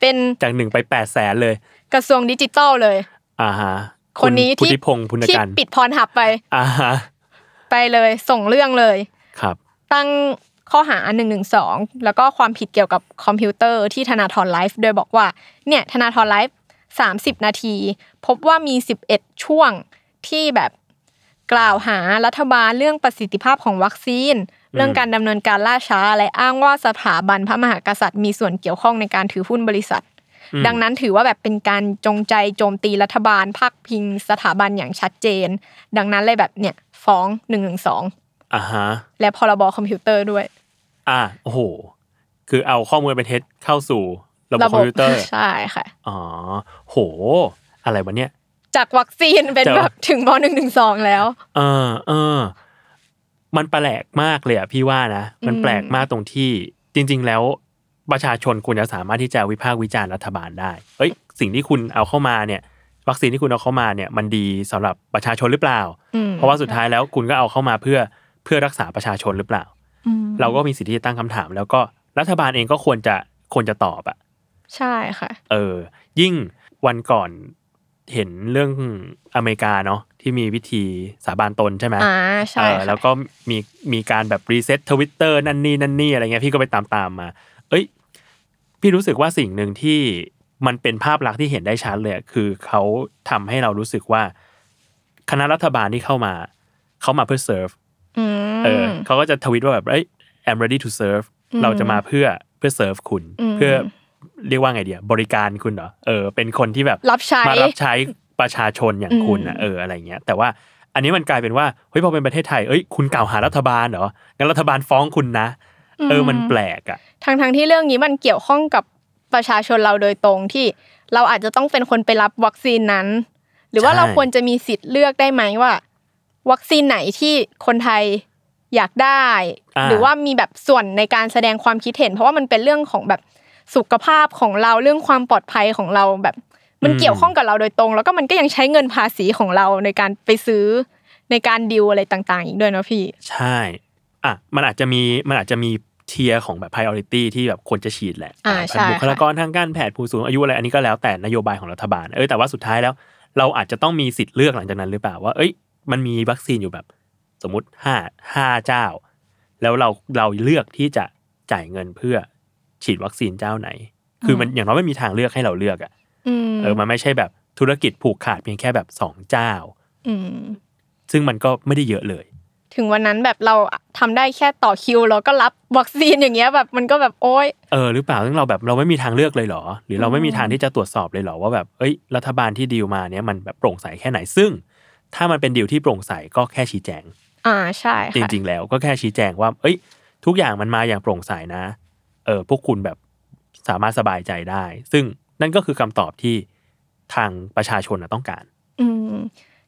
Speaker 3: เป็น
Speaker 2: จากหนึ่งไปแปดแสนเลย
Speaker 3: กระทรวงดิจิทัลเลย
Speaker 2: อ่าฮะ
Speaker 3: คนนี้
Speaker 2: พุท
Speaker 3: ที่
Speaker 2: ธิพงศ์พุน
Speaker 3: ที่
Speaker 2: กัน
Speaker 3: ปิดพรหับไป
Speaker 2: อ่าฮะ
Speaker 3: ไปเลยส่งเรื่องเลย
Speaker 2: ครับ
Speaker 3: ตั้งข้อหา1นึแล้วก็ความผิดเกี่ยวกับคอมพิวเตอร์ที่ธนาธรไลฟ์โดยบอกว่าเนี่ยธนาธรไลฟ์30 นาที พบว่ามี 11 ช่วงที่แบบกล่าวหารัฐบาลเรื่องประสิทธิภาพของวัคซีน เรื่องการดำเนินการล่าช้า และอ้างว่าสถาบันพระมหากษัตริย์มีส่วนเกี่ยวข้องในการถือหุ้นบริษัท
Speaker 2: อืม
Speaker 3: ดังนั้นถือว่าแบบเป็นการจงใจโจมตีรัฐบาลพาคพิงสถาบันอย่างชัดเจน ดังนั้นเลยแบบเนี่ยฟ้อง1นึ
Speaker 2: อ่าฮะ
Speaker 3: และพรบคอมพิวเตอร์ด้วย
Speaker 2: อ่าโอ้โห คือเอาข้อมูลเป็นเท็จเข้าสู่ระบบคอมพิวเตอร์
Speaker 3: ใช่ค่ะ
Speaker 2: อ๋อโห อะไรวะเนี่ย
Speaker 3: จากวัคซีนเป็น
Speaker 2: จาก
Speaker 3: แบบถึงมหนึ่งหนึ่งสองแล้ว
Speaker 2: เออเออ มันแปลกมากเลยอะพี่ว่านะ มัน
Speaker 3: อืม
Speaker 2: แปลกมากตรงที่ จริง ๆ แล้วประชาชนควรจะสามารถที่จะวิพากษ์วิจารณ์รัฐบาลได้ เอ้ย สิ่งที่คุณเอาเข้ามาเนี่ย วัคซีนที่คุณเอาเข้ามาเนี่ย มันดีสำหรับประชาชนหรือเปล่า
Speaker 3: อืม
Speaker 2: เพราะว่าสุดท้ายแล้วคุณก็เอาเข้ามาเพื่อเพื่อรักษาประชาชนหรือเปล่า
Speaker 3: อืม
Speaker 2: เราก็มีสิทธิ์ที่จะตั้งคำถาม แล้วก็รัฐบาลเองก็ควรจะควรจะตอบอะ
Speaker 3: ใช่ค่ะ
Speaker 2: เออ ยิ่งวันก่อนเห็นเรื่องอเมริกาเนาะที่มีวิธีสาบานตนใช่ไหม
Speaker 3: อ่าใช่
Speaker 2: เออ
Speaker 3: ค่ะ
Speaker 2: แล้วก็มีมีการแบบรีเซ็ตทวิตเตอร์นั่นนี่นั่นนี่อะไรเงี้ยพี่ก็ไปตามตามมา เอ้ย พี่รู้สึกว่าสิ่งหนึ่งที่มันเป็นภาพลักษณ์ที่เห็นได้ชัดเลยคือเขาทำให้เรารู้สึกว่า คณะรัฐบาลที่เข้ามา เขามาเพื่อ serve
Speaker 3: อื
Speaker 2: เออ
Speaker 3: ม
Speaker 2: เขาก็จะทวิตว่าแบบเอ้ย I'm ready to serve
Speaker 3: อืม
Speaker 2: เราจะมาเพื่อเพื่อ serve คุณ
Speaker 3: อืม
Speaker 2: เพื่อเรียกว่าไงเดียบริการคุณเหรอเออ เป็นคนที่แบบ
Speaker 3: รับใช้
Speaker 2: มารับใช้ประชาชนอย่างคุณนะ
Speaker 3: อืม
Speaker 2: เอออะไรเงี้ย แต่ว่าอันนี้มันกลายเป็นว่าเฮ้ยพอเป็นประเทศไทยเอ้ยคุณกล่าวหารัฐบาลเหรองั้นรัฐบาลฟ้องคุณนะ เออมันแปลกอ่ะ
Speaker 3: ทั้งทั้งๆที่เรื่องนี้มันเกี่ยวข้องกับประชาชนเราโดยตรงที่เราอาจจะต้องเป็นคนไปรับวัคซีนนั้น หรือว่า
Speaker 2: ใช่
Speaker 3: เราควรจะมีสิทธิ์เลือกได้ไหมว่า วัคซีนไหนที่คนไทยอยากได้ หรือว่ามีแบบส่วนในการแสดงความคิดเห็น เพราะว่ามันเป็นเรื่องของแบบสุขภาพของเราเรื่องความปลอดภัยของเราแบบ มันเกี่ยวข้องกับเราโดยตรง แล้วก็มันก็ยังใช้เงินภาษีของเราในการไปซื้อในการดิวอะไรต่างๆ อีกด้วยเนาะพี่
Speaker 2: ใช่อ่ะมันอาจจะมีมันอาจจะมีเทียของแบบ priority ที่แบบควรจะฉีดแหละ
Speaker 3: อ่า
Speaker 2: แบบ
Speaker 3: ใช่ค่ะ
Speaker 2: บุคลากรทางการแพทย์ผู้สูงอายุอะไรอันนี้ก็แล้วแต่นโยบายของรัฐบาลเออแต่ว่าสุดท้ายแล้ว เราอาจจะต้องมีสิทธิ์เลือกหลังจากนั้นหรือเปล่าว่าเอ้ยมันมีวัคซีนอยู่แบบสมมติห้าห้าเจ้า แล้วเราเราเลือกที่จะจ่ายเงินเพื่อฉีดวัคซีนเจ้าไหน คือมันอย่างน้อยไม่มีทางเลือกให้เราเลือกอะ
Speaker 3: อืม
Speaker 2: เออมันไม่ใช่แบบธุรกิจผูกขาดเพียงแค่แบบสองเจ้า
Speaker 3: อืม
Speaker 2: ซึ่งมันก็ไม่ได้เยอะเลย
Speaker 3: ถึงวันนั้นแบบเราทำได้แค่ต่อคิวแล้วก็รับวัคซีนอย่างเงี้ยแบบมันก็แบบโอ๊ย
Speaker 2: เออหรือเปล่าซึ่งเราแบบเราไม่มีทางเลือกเลยเหรอ หรือเราไม่มี
Speaker 3: อืม
Speaker 2: ทางที่จะตรวจสอบเลยเหรอว่าแบบเอ้ยรัฐบาลที่ดีลมาเนี้ยมันแบบโปร่งใสแค่ไหนซึ่ง ถ้ามันเป็นดีลที่โปร่งใสก็แค่ชี้ แจง
Speaker 3: อ่าใช่
Speaker 2: จ
Speaker 3: ค่ะ
Speaker 2: ริง ๆ แล้วก็แค่ชี้แจงว่า เอ้ย ทุกอย่างมันมาอย่างโปร่งใสนะ เออพวกคุณแบบสามารถสบายใจได้ ซึ่งนั่นก็คือคำตอบที่ทางประชาชนน่ะต้องการ
Speaker 3: อืม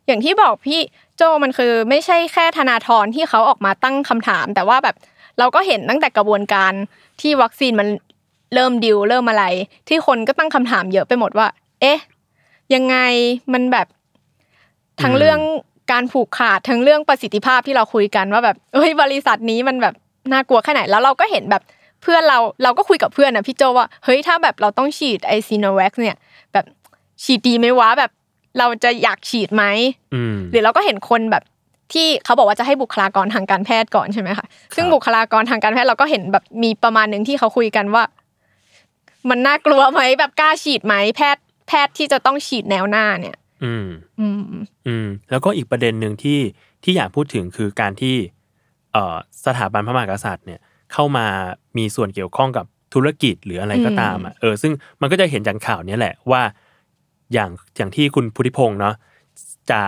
Speaker 3: อย่างที่บอกพี่โจมันคือไม่ใช่แค่ธนาธรที่เขาออกมาตั้งคำถาม แต่ว่าแบบเราก็เห็นตั้งแต่กระบวนการที่วัคซีนมันเริ่มดิวเริ่มอะไร ที่คนก็ตั้งคำถามเยอะไปหมดว่า เอ๊ะ ยังไงมันแบบทั้ง
Speaker 2: อืม
Speaker 3: เรื่องการผูกขาดทั้งเรื่องประสิทธิภาพที่เราคุยกันว่าแบบเฮ้ยบริษัทนี้มันแบบน่ากลัวแค่ไหนแล้วเราก็เห็นแบบเพื่อนเราเราก็คุยกับเพื่อนนะพี่โจว่าเฮ้ยถ้าแบบเราต้องฉีดไอซีโนแวคเนี่ย แบบฉีดดีไหมวะแบบเราจะอยากฉีดไหม
Speaker 2: อืม
Speaker 3: หรือเราก็เห็นคนแบบที่เขาบอกว่าจะให้บุคลากรทางการแพทย์ก่อนใช่ไหมคะซึ่งบุคลากรทางการแพทย์เราก็เห็นแบบมีประมาณหนึ่งที่เขาคุยกันว่า มันน่ากลัวไหมแบบกล้าฉีดไหมแพทย์แพทย์ที่จะต้องฉีดแนวหน้าเนี่ย
Speaker 2: อืม
Speaker 3: อืม
Speaker 2: อืมแล้วก็อีกประเด็นหนึ่งที่ที่อยากพูดถึงคือการที่เอ่อสถาบันพระมหากษัตริย์เนี่ยเข้ามามีส่วนเกี่ยวข้องกับธุรกิจหรืออะไรก็ตามอ่ะเออซึ่งมันก็จะเห็นจากข่าวเนี้ยแหละว่าอย่างอย่างที่คุณพุทธิพงศ์เนาะจะ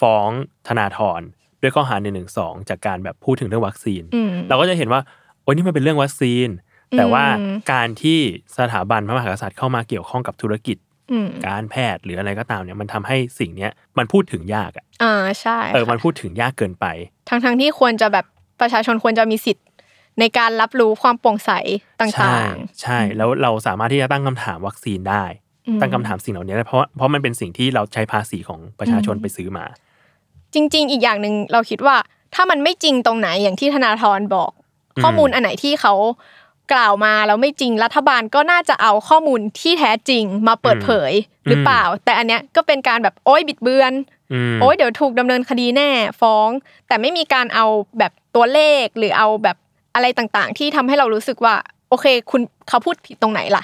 Speaker 2: ฟ้องธนาธรด้วยข้อหาหนึ่งหนึ่งสองจากการแบบพูดถึงเรื่องวัคซีน
Speaker 3: อืม
Speaker 2: เราก็จะเห็นว่าโอ้ยนี่มันเป็นเรื่องวัคซีน แต่ว่า
Speaker 3: อืม
Speaker 2: การที่สถาบันพระมหากษัตริย์เข้ามาเกี่ยวข้องกับธุรกิจ
Speaker 3: อืม
Speaker 2: การแพทย์หรืออะไรก็ตามเนี่ยมันทำให้สิ่งเนี้ยมันพูดถึงยากอะ
Speaker 3: อ่าใช่
Speaker 2: เออมัน
Speaker 3: ค่ะ
Speaker 2: พูดถึงยากเกินไป
Speaker 3: ทั้งทั้งที่ควรจะแบบประชาชนควรจะมีสิทธิ์ ในการรับรู้ความโปร่งใสต่า
Speaker 2: ใช่
Speaker 3: ง
Speaker 2: ใช่แล้วเราสามารถที่จะตั้งคำถามวัคซีนได้
Speaker 3: ๆอื
Speaker 2: ตั้งคำถามสิ่งเหล่านี้ได้เพราะเพราะมันเป็นสิ่งที่เราใช้ภาษีของประชาชน
Speaker 3: อืม
Speaker 2: ไปซื้อมา
Speaker 3: จริง ๆ อีกอย่างหนึ่งเราคิดว่าถ้ามันไม่จริงตรงไหนอย่างที่ธนาธรบอก
Speaker 2: อืม
Speaker 3: ข้อมูลอันไหนที่เขา กล่าวมาแล้วไม่จริงรัฐบาลก็น่าจะเอาข้อมูลที่แท้จริงมาเปิดเผยหรือเปล่า แต่อันเนี้ยก็เป็นการแบบโอ้ยบิดเบือน
Speaker 2: ม
Speaker 3: โอ้ยเดี๋ยวถูกดำเนินคดีแน่ฟ้อง แต่ไม่มีการเอาแบบตัวเลขหรือเอาแบบอะไรต่างๆ ที่ทำให้เรารู้สึกว่า โอเค คุณเขาพูดผิดตรงไหนล่ะ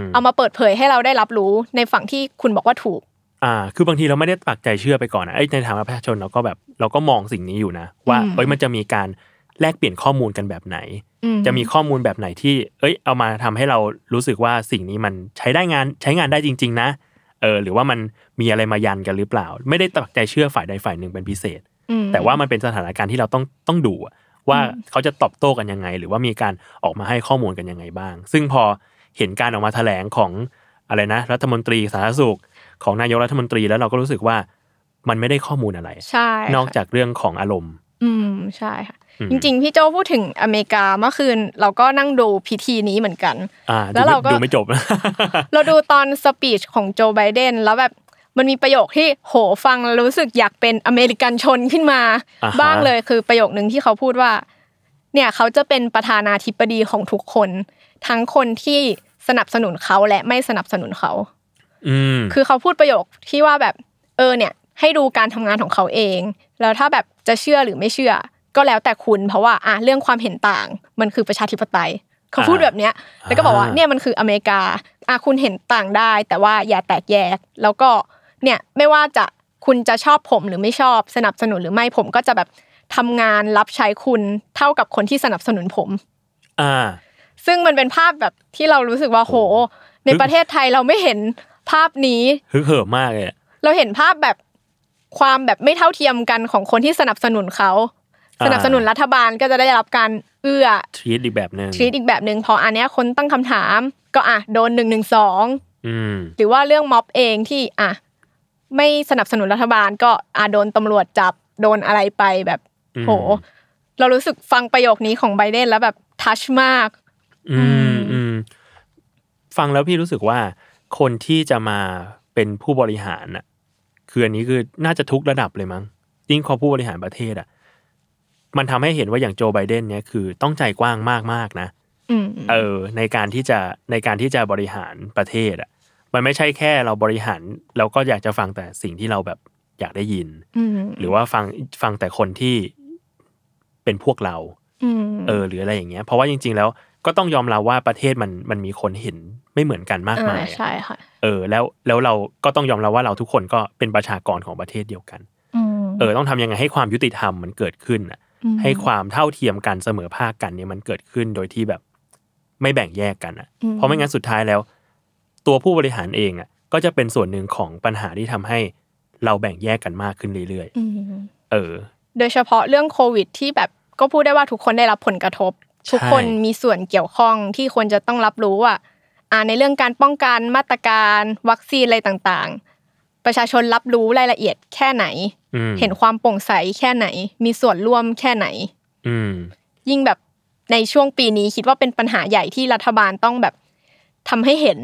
Speaker 2: ม
Speaker 3: เอามาเปิดเผยให้เราได้รับรู้ในฝั่งที่คุณบอกว่าถูก
Speaker 2: อ่า คือบางทีเราไม่ได้ปักใจเชื่อไปก่อนนะไอ้ยในฐานะประชาชนเราก็แบบเราก็มองสิ่งนี้อยู่นะ ว่า
Speaker 3: อืม
Speaker 2: เอ้ยมันจะมีการแลกเปลี่ยนข้อมูลกันแบบไหน
Speaker 3: อื
Speaker 2: จะมีข้อมูลแบบไหนที่ เอ้ย เอามาทำให้เรารู้สึกว่าสิ่งนี้มันใช้ได้งานใช้งานได้จริง ๆ นะ เออ หรือว่ามันมีอะไรมายันกันหรือเปล่า ไม่ได้ตักใจเชื่อฝ่ายใดฝ่ายหนึ่งเป็นพิเศษ
Speaker 3: อืม
Speaker 2: แต่ว่ามันเป็นสถานการณ์ที่เราต้องต้องดูอะว่า
Speaker 3: อืม
Speaker 2: เขาจะตอบโต้กันยังไง หรือว่ามีการออกมาให้ข้อมูลกันยังไงบ้าง ซึ่งพอเห็นการออกมาแถลงของอะไรนะ รัฐมนตรีสาธารณสุข ของนายกรัฐมนตรีแล้วเราก็รู้สึกว่ามันไม่ได้ข้อมูลอะไร
Speaker 3: ใช่
Speaker 2: นอก
Speaker 3: ค่ะ
Speaker 2: จากเรื่องของอารมณ์
Speaker 3: อืมใช่ค่ะ
Speaker 2: อืม
Speaker 3: จริง ๆ พี่โจพูดถึงอเมริกาเมื่อคืน เราก็นั่งดูพิธีนี้เหมือนกัน
Speaker 2: อ่า
Speaker 3: แล้ว
Speaker 2: ดู
Speaker 3: เราก็
Speaker 2: ไม่ดูไม่จบ
Speaker 3: เราดูตอนสปีชของโจไบเดนแล้วแบบมันมีประโยคที่โหฟังแล้วรู้สึกอยากเป็นอเมริกันชนขึ้นมา
Speaker 2: อ่าฮะ
Speaker 3: บ้างเลยคือประโยคนึงที่เขาพูดว่า เนี่ยเขาจะเป็นประธานาธิบดีของทุกคน ทั้งคนที่สนับสนุนเขาและไม่สนับสนุนเขา
Speaker 2: อืม
Speaker 3: คือเขาพูดประโยคที่ว่าแบบเออเนี่ยให้ดูการทำงานของเขาเอง แล้วถ้าแบบจะเชื่อหรือไม่เชื่อ ก็แล้วแต่คุณเพราะว่าอ่ะเรื่องความเห็นต่าง มันคือประชาธิปไตย เขาพูดแบบเนี้ยแล้วก็บอกว่า
Speaker 2: อ่า
Speaker 3: เนี่ยมันคืออเมริกาอ่ะคุณเห็นต่างได้ แต่ว่าอย่าแตกแยก แล้วก็เนี่ยไม่ว่าจะคุณจะชอบผมหรือไม่ชอบสนับสนุนหรือไม่ผมก็จะแบบทำงานรับใช้คุณเท่ากับคนที่สนับสนุนผม
Speaker 2: อ่า
Speaker 3: ซึ่งมันเป็นภาพแบบที่เรารู้สึกว่าโห ในประเทศไทยเราไม่เห็นภาพนี้
Speaker 2: ฮึกเหิมมากเลยอะ
Speaker 3: เราเห็นภาพแบบความแบบไม่เท่าเทียมกันของคนที่สนับสนุนเขา
Speaker 2: อ่า
Speaker 3: สนับสนุนรัฐบาลก็จะได้รับการเอื้อ
Speaker 2: ทรีตอีกแบบหนึ่ง
Speaker 3: ชีวิตอีกแบบหนึ่งพออันเนี้ยคนตั้งคำถาม ก็อ่ะโดนหนึ่งหนึ่งสอง
Speaker 2: อืม
Speaker 3: หรือว่าเรื่องม็อบเองที่อ่ะไม่สนับสนุนรัฐบาลก็อ่ะโดนตำรวจจับโดนอะไรไปแบบ
Speaker 2: อืม
Speaker 3: โห เรารู้สึกฟังประโยคนี้ของไบเดนแล้วแบบทัชมาก
Speaker 2: อืมอืมฟังแล้วพี่รู้สึกว่า คนที่จะมาเป็นผู้บริหารน่ะ คืออันนี้คือน่าจะทุกระดับเลยมั้งยิ่งเขาผู้บริหารประเทศอ่ะ มันทำให้เห็นว่าอย่างโจไบเดนเนี่ยคือต้องใจกว้างมากๆนะ
Speaker 3: อืม
Speaker 2: เออในการที่จะในการที่จะบริหารประเทศอ่ะ มันไม่ใช่แค่เราบริหารเราก็อยากจะฟังแต่สิ่งที่เราแบบอยากได้ยิน
Speaker 3: อืม
Speaker 2: หรือว่าฟังฟังแต่คนที่เป็นพวกเรา
Speaker 3: อืม
Speaker 2: เออหรืออะไรอย่างเงี้ยเพราะว่าจริง ๆ แล้วก็ต้องยอมรับว่าประเทศมันมันมีคนเห็นไม่เหมือนกันมากมา
Speaker 3: อ่าย ใช่ค่ะ
Speaker 2: เออแล้วแล้วเราก็ต้องยอมรับว่าเราทุกคนก็เป็นประชากรของประเทศเดียวกัน
Speaker 3: อืม
Speaker 2: เออต้องทำยังไงให้ความยุติธรรมมันเกิดขึ้นน่ะ
Speaker 3: ม
Speaker 2: ให้ความเท่าเทียมกันเสมอภาคกันเนี่ยมันเกิดขึ้นโดยที่แบบไม่แบ่งแยกกันอ่ะเพราะไม่งั้นสุดท้ายแล้ว ตัวผู้บริหารเองอ่ะก็จะเป็นส่วนหนึ่งของปัญหาที่ทำให้เราแบ่งแยกกันมากขึ้นเรื่อย
Speaker 3: อืม
Speaker 2: ๆเออ
Speaker 3: โดยเฉพาะเรื่องโควิดที่แบบก็พูดได้ว่าทุกคนได้รับผลกระทบ
Speaker 2: ใช่
Speaker 3: ทุกคนมีส่วนเกี่ยวข้องที่ควรจะต้องรับรู้ว่าอ่าในเรื่องการป้องกันมาตรการ วัคซีนอะไรต่างๆ ประชาชนรับรู้รายละเอียดแค่ไหน
Speaker 2: อืม
Speaker 3: เห็นความโปร่งใสแค่ไหน มีส่วนร่วมแค่ไหน
Speaker 2: อืม
Speaker 3: ยิ่งแบบในช่วงปีนี้คิดว่าเป็นปัญหาใหญ่ที่รัฐบาลต้องแบบทำให้เห็น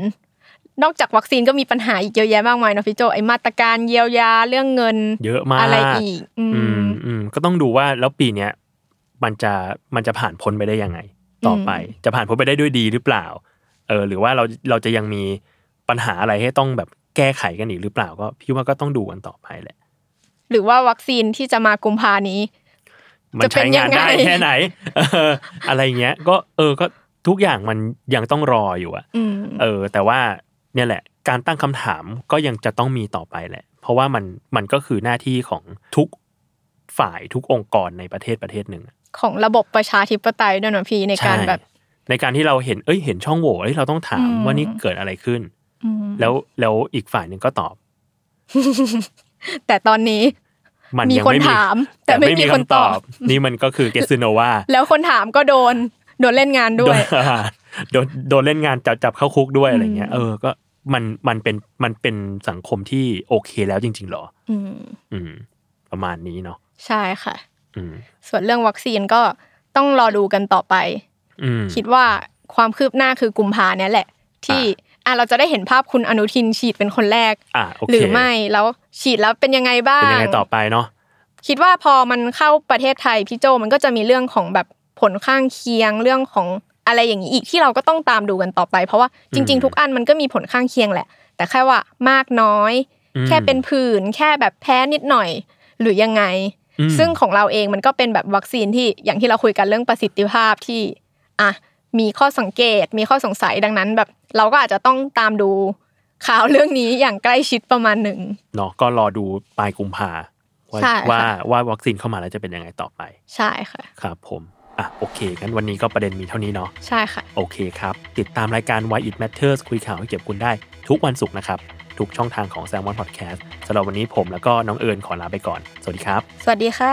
Speaker 3: นอกจากวัคซีนก็มีปัญหาอีกเยอะแยะมากมายเนอะพี่โจไอมาตรการเยียวยาเรื่องเงิน
Speaker 2: เยอะมาก
Speaker 3: อะไรอีก อื
Speaker 2: อืม
Speaker 3: ม
Speaker 2: อืมก็ต้องดูว่าแล้วปีเนี้ยมันจะมันจะผ่านพ้นไปได้ยังไง ต่อไป จะผ่านพ้นไปได้ด้วยดีหรือเปล่า เออ หรือว่าเราเราจะยังมีปัญหาอะไรให้ต้องแบบแก้ไขกันอีกหรือเปล่าก็พี่ว่าก็ต้องดูกันต่อไปแหละ
Speaker 3: หรือว่าวัคซีนที่จะมากุมภานี้
Speaker 2: มันใช้งานได้
Speaker 3: จะเป็นยังไง
Speaker 2: แค่ไหน เอออะไรเงี้ย ก็เออก็ทุกอย่างมันยังต้องรออยู่อะ
Speaker 3: อืม
Speaker 2: เออ แต่ว่าเนี่ยแหละ การตั้งคำถามก็ยังจะต้องมีต่อไปแหละ เพราะว่ามันมันก็คือหน้าที่ของทุกฝ่ายทุกองค์กรในประเทศประเทศหนึ่งอะ
Speaker 3: ของระบบประชาธิปไตยด้วยนะพี่ในการ
Speaker 2: ช่
Speaker 3: แบบ
Speaker 2: ในการที่เราเห็นเอ้ยเห็นช่องโหว่เอ้ยเราต้องถาม
Speaker 3: อืม
Speaker 2: ว่านี่เกิดอะไรขึ้น
Speaker 3: อืม
Speaker 2: แล้วแล้วอีกฝ่ายหนึ่งก็ตอบ
Speaker 3: แต่ตอนนี้
Speaker 2: มัน
Speaker 3: มี
Speaker 2: ยัง
Speaker 3: คน
Speaker 2: ไม่มี
Speaker 3: ถาม แต่ไม่มีคนตอบ
Speaker 2: นี่มันก็คือเกสโนวา
Speaker 3: แล้วคนถามก็โดน โดนเล่นงาน
Speaker 2: โด
Speaker 3: ด้ว
Speaker 2: น
Speaker 3: ย
Speaker 2: โดน โดนเล่นงานจับจับเข้าคุกด้วยอะไรเงี้ย
Speaker 3: อืม
Speaker 2: เออก็มันมันเป็นมันเป็นสังคมที่โอเคแล้วจริง ๆ หรอ
Speaker 3: อืม
Speaker 2: อืม ประมาณนี้เนาะ
Speaker 3: ใช่ค่ะ
Speaker 2: อืม
Speaker 3: ส่วนเรื่องวัคซีนก็ต้องรอดูกันต่อไป
Speaker 2: อืม
Speaker 3: คิดว่าความคืบหน้าคือกุมภาเนี่ยแหละ ที่อ่ะเราจะได้เห็นภาพคุณอนุทินฉีดเป็นคนแรก
Speaker 2: อ่ะโอ
Speaker 3: ห
Speaker 2: เค
Speaker 3: รือไม่แล้วฉีดแล้วเป็นยังไงบ้า
Speaker 2: เป็นยัง งไงต่อไปเนาะ
Speaker 3: คิดว่าพอมันเข้าประเทศไทยพี่โจมันก็จะมีเรื่องของแบบผลข้างเคียงเรื่องของ อะไรอย่างนี้อีกที่เราก็ต้องตามดูกันต่อไป เพราะว่าจริง ๆ ทุกอันมันก็มีผลข้างเคียงแหละ แต่แค่ว่ามากน้อย
Speaker 2: อืม
Speaker 3: แค่เป็นผื่นแค่แบบแพ้นิดหน่อย หรือยังไง
Speaker 2: อืม
Speaker 3: ซึ่งของเราเองมันก็เป็นแบบวัคซีนที่อย่างที่เราคุยกันเรื่องประสิทธิภาพที่อ่ะมีข้อสังเกต มีข้อสงสัยดังนั้น แบบเราก็อาจจะต้องตามดูข่าวเรื่องนี้อย่างใกล้ชิดประมาณหนึ่ง
Speaker 2: เนาะก็รอดูปลายกุมภาว่า
Speaker 3: ใช่ค่ะ
Speaker 2: ว่าว่าวัคซีนเข้ามาแล้วจะเป็นยังไงต่อไป
Speaker 3: ใช่ค่ะ
Speaker 2: ครับผมอ่ะโอเคงั้นวันนี้ก็ประเด็นมีเท่านี้เนาะ
Speaker 3: ใช่ค่ะ
Speaker 2: โอเคครับ ติดตามรายการ Why It Matters คุยข่าวให้เก็บคุณได้ ทุกวันศุกร์นะครับ ทุกช่องทางของ Salmon Podcast สำหรับวันนี้ผมแล้วก็น้องเอิญขอลาไปก่อน สวัสดีครับ
Speaker 3: สวัสดีค่ะ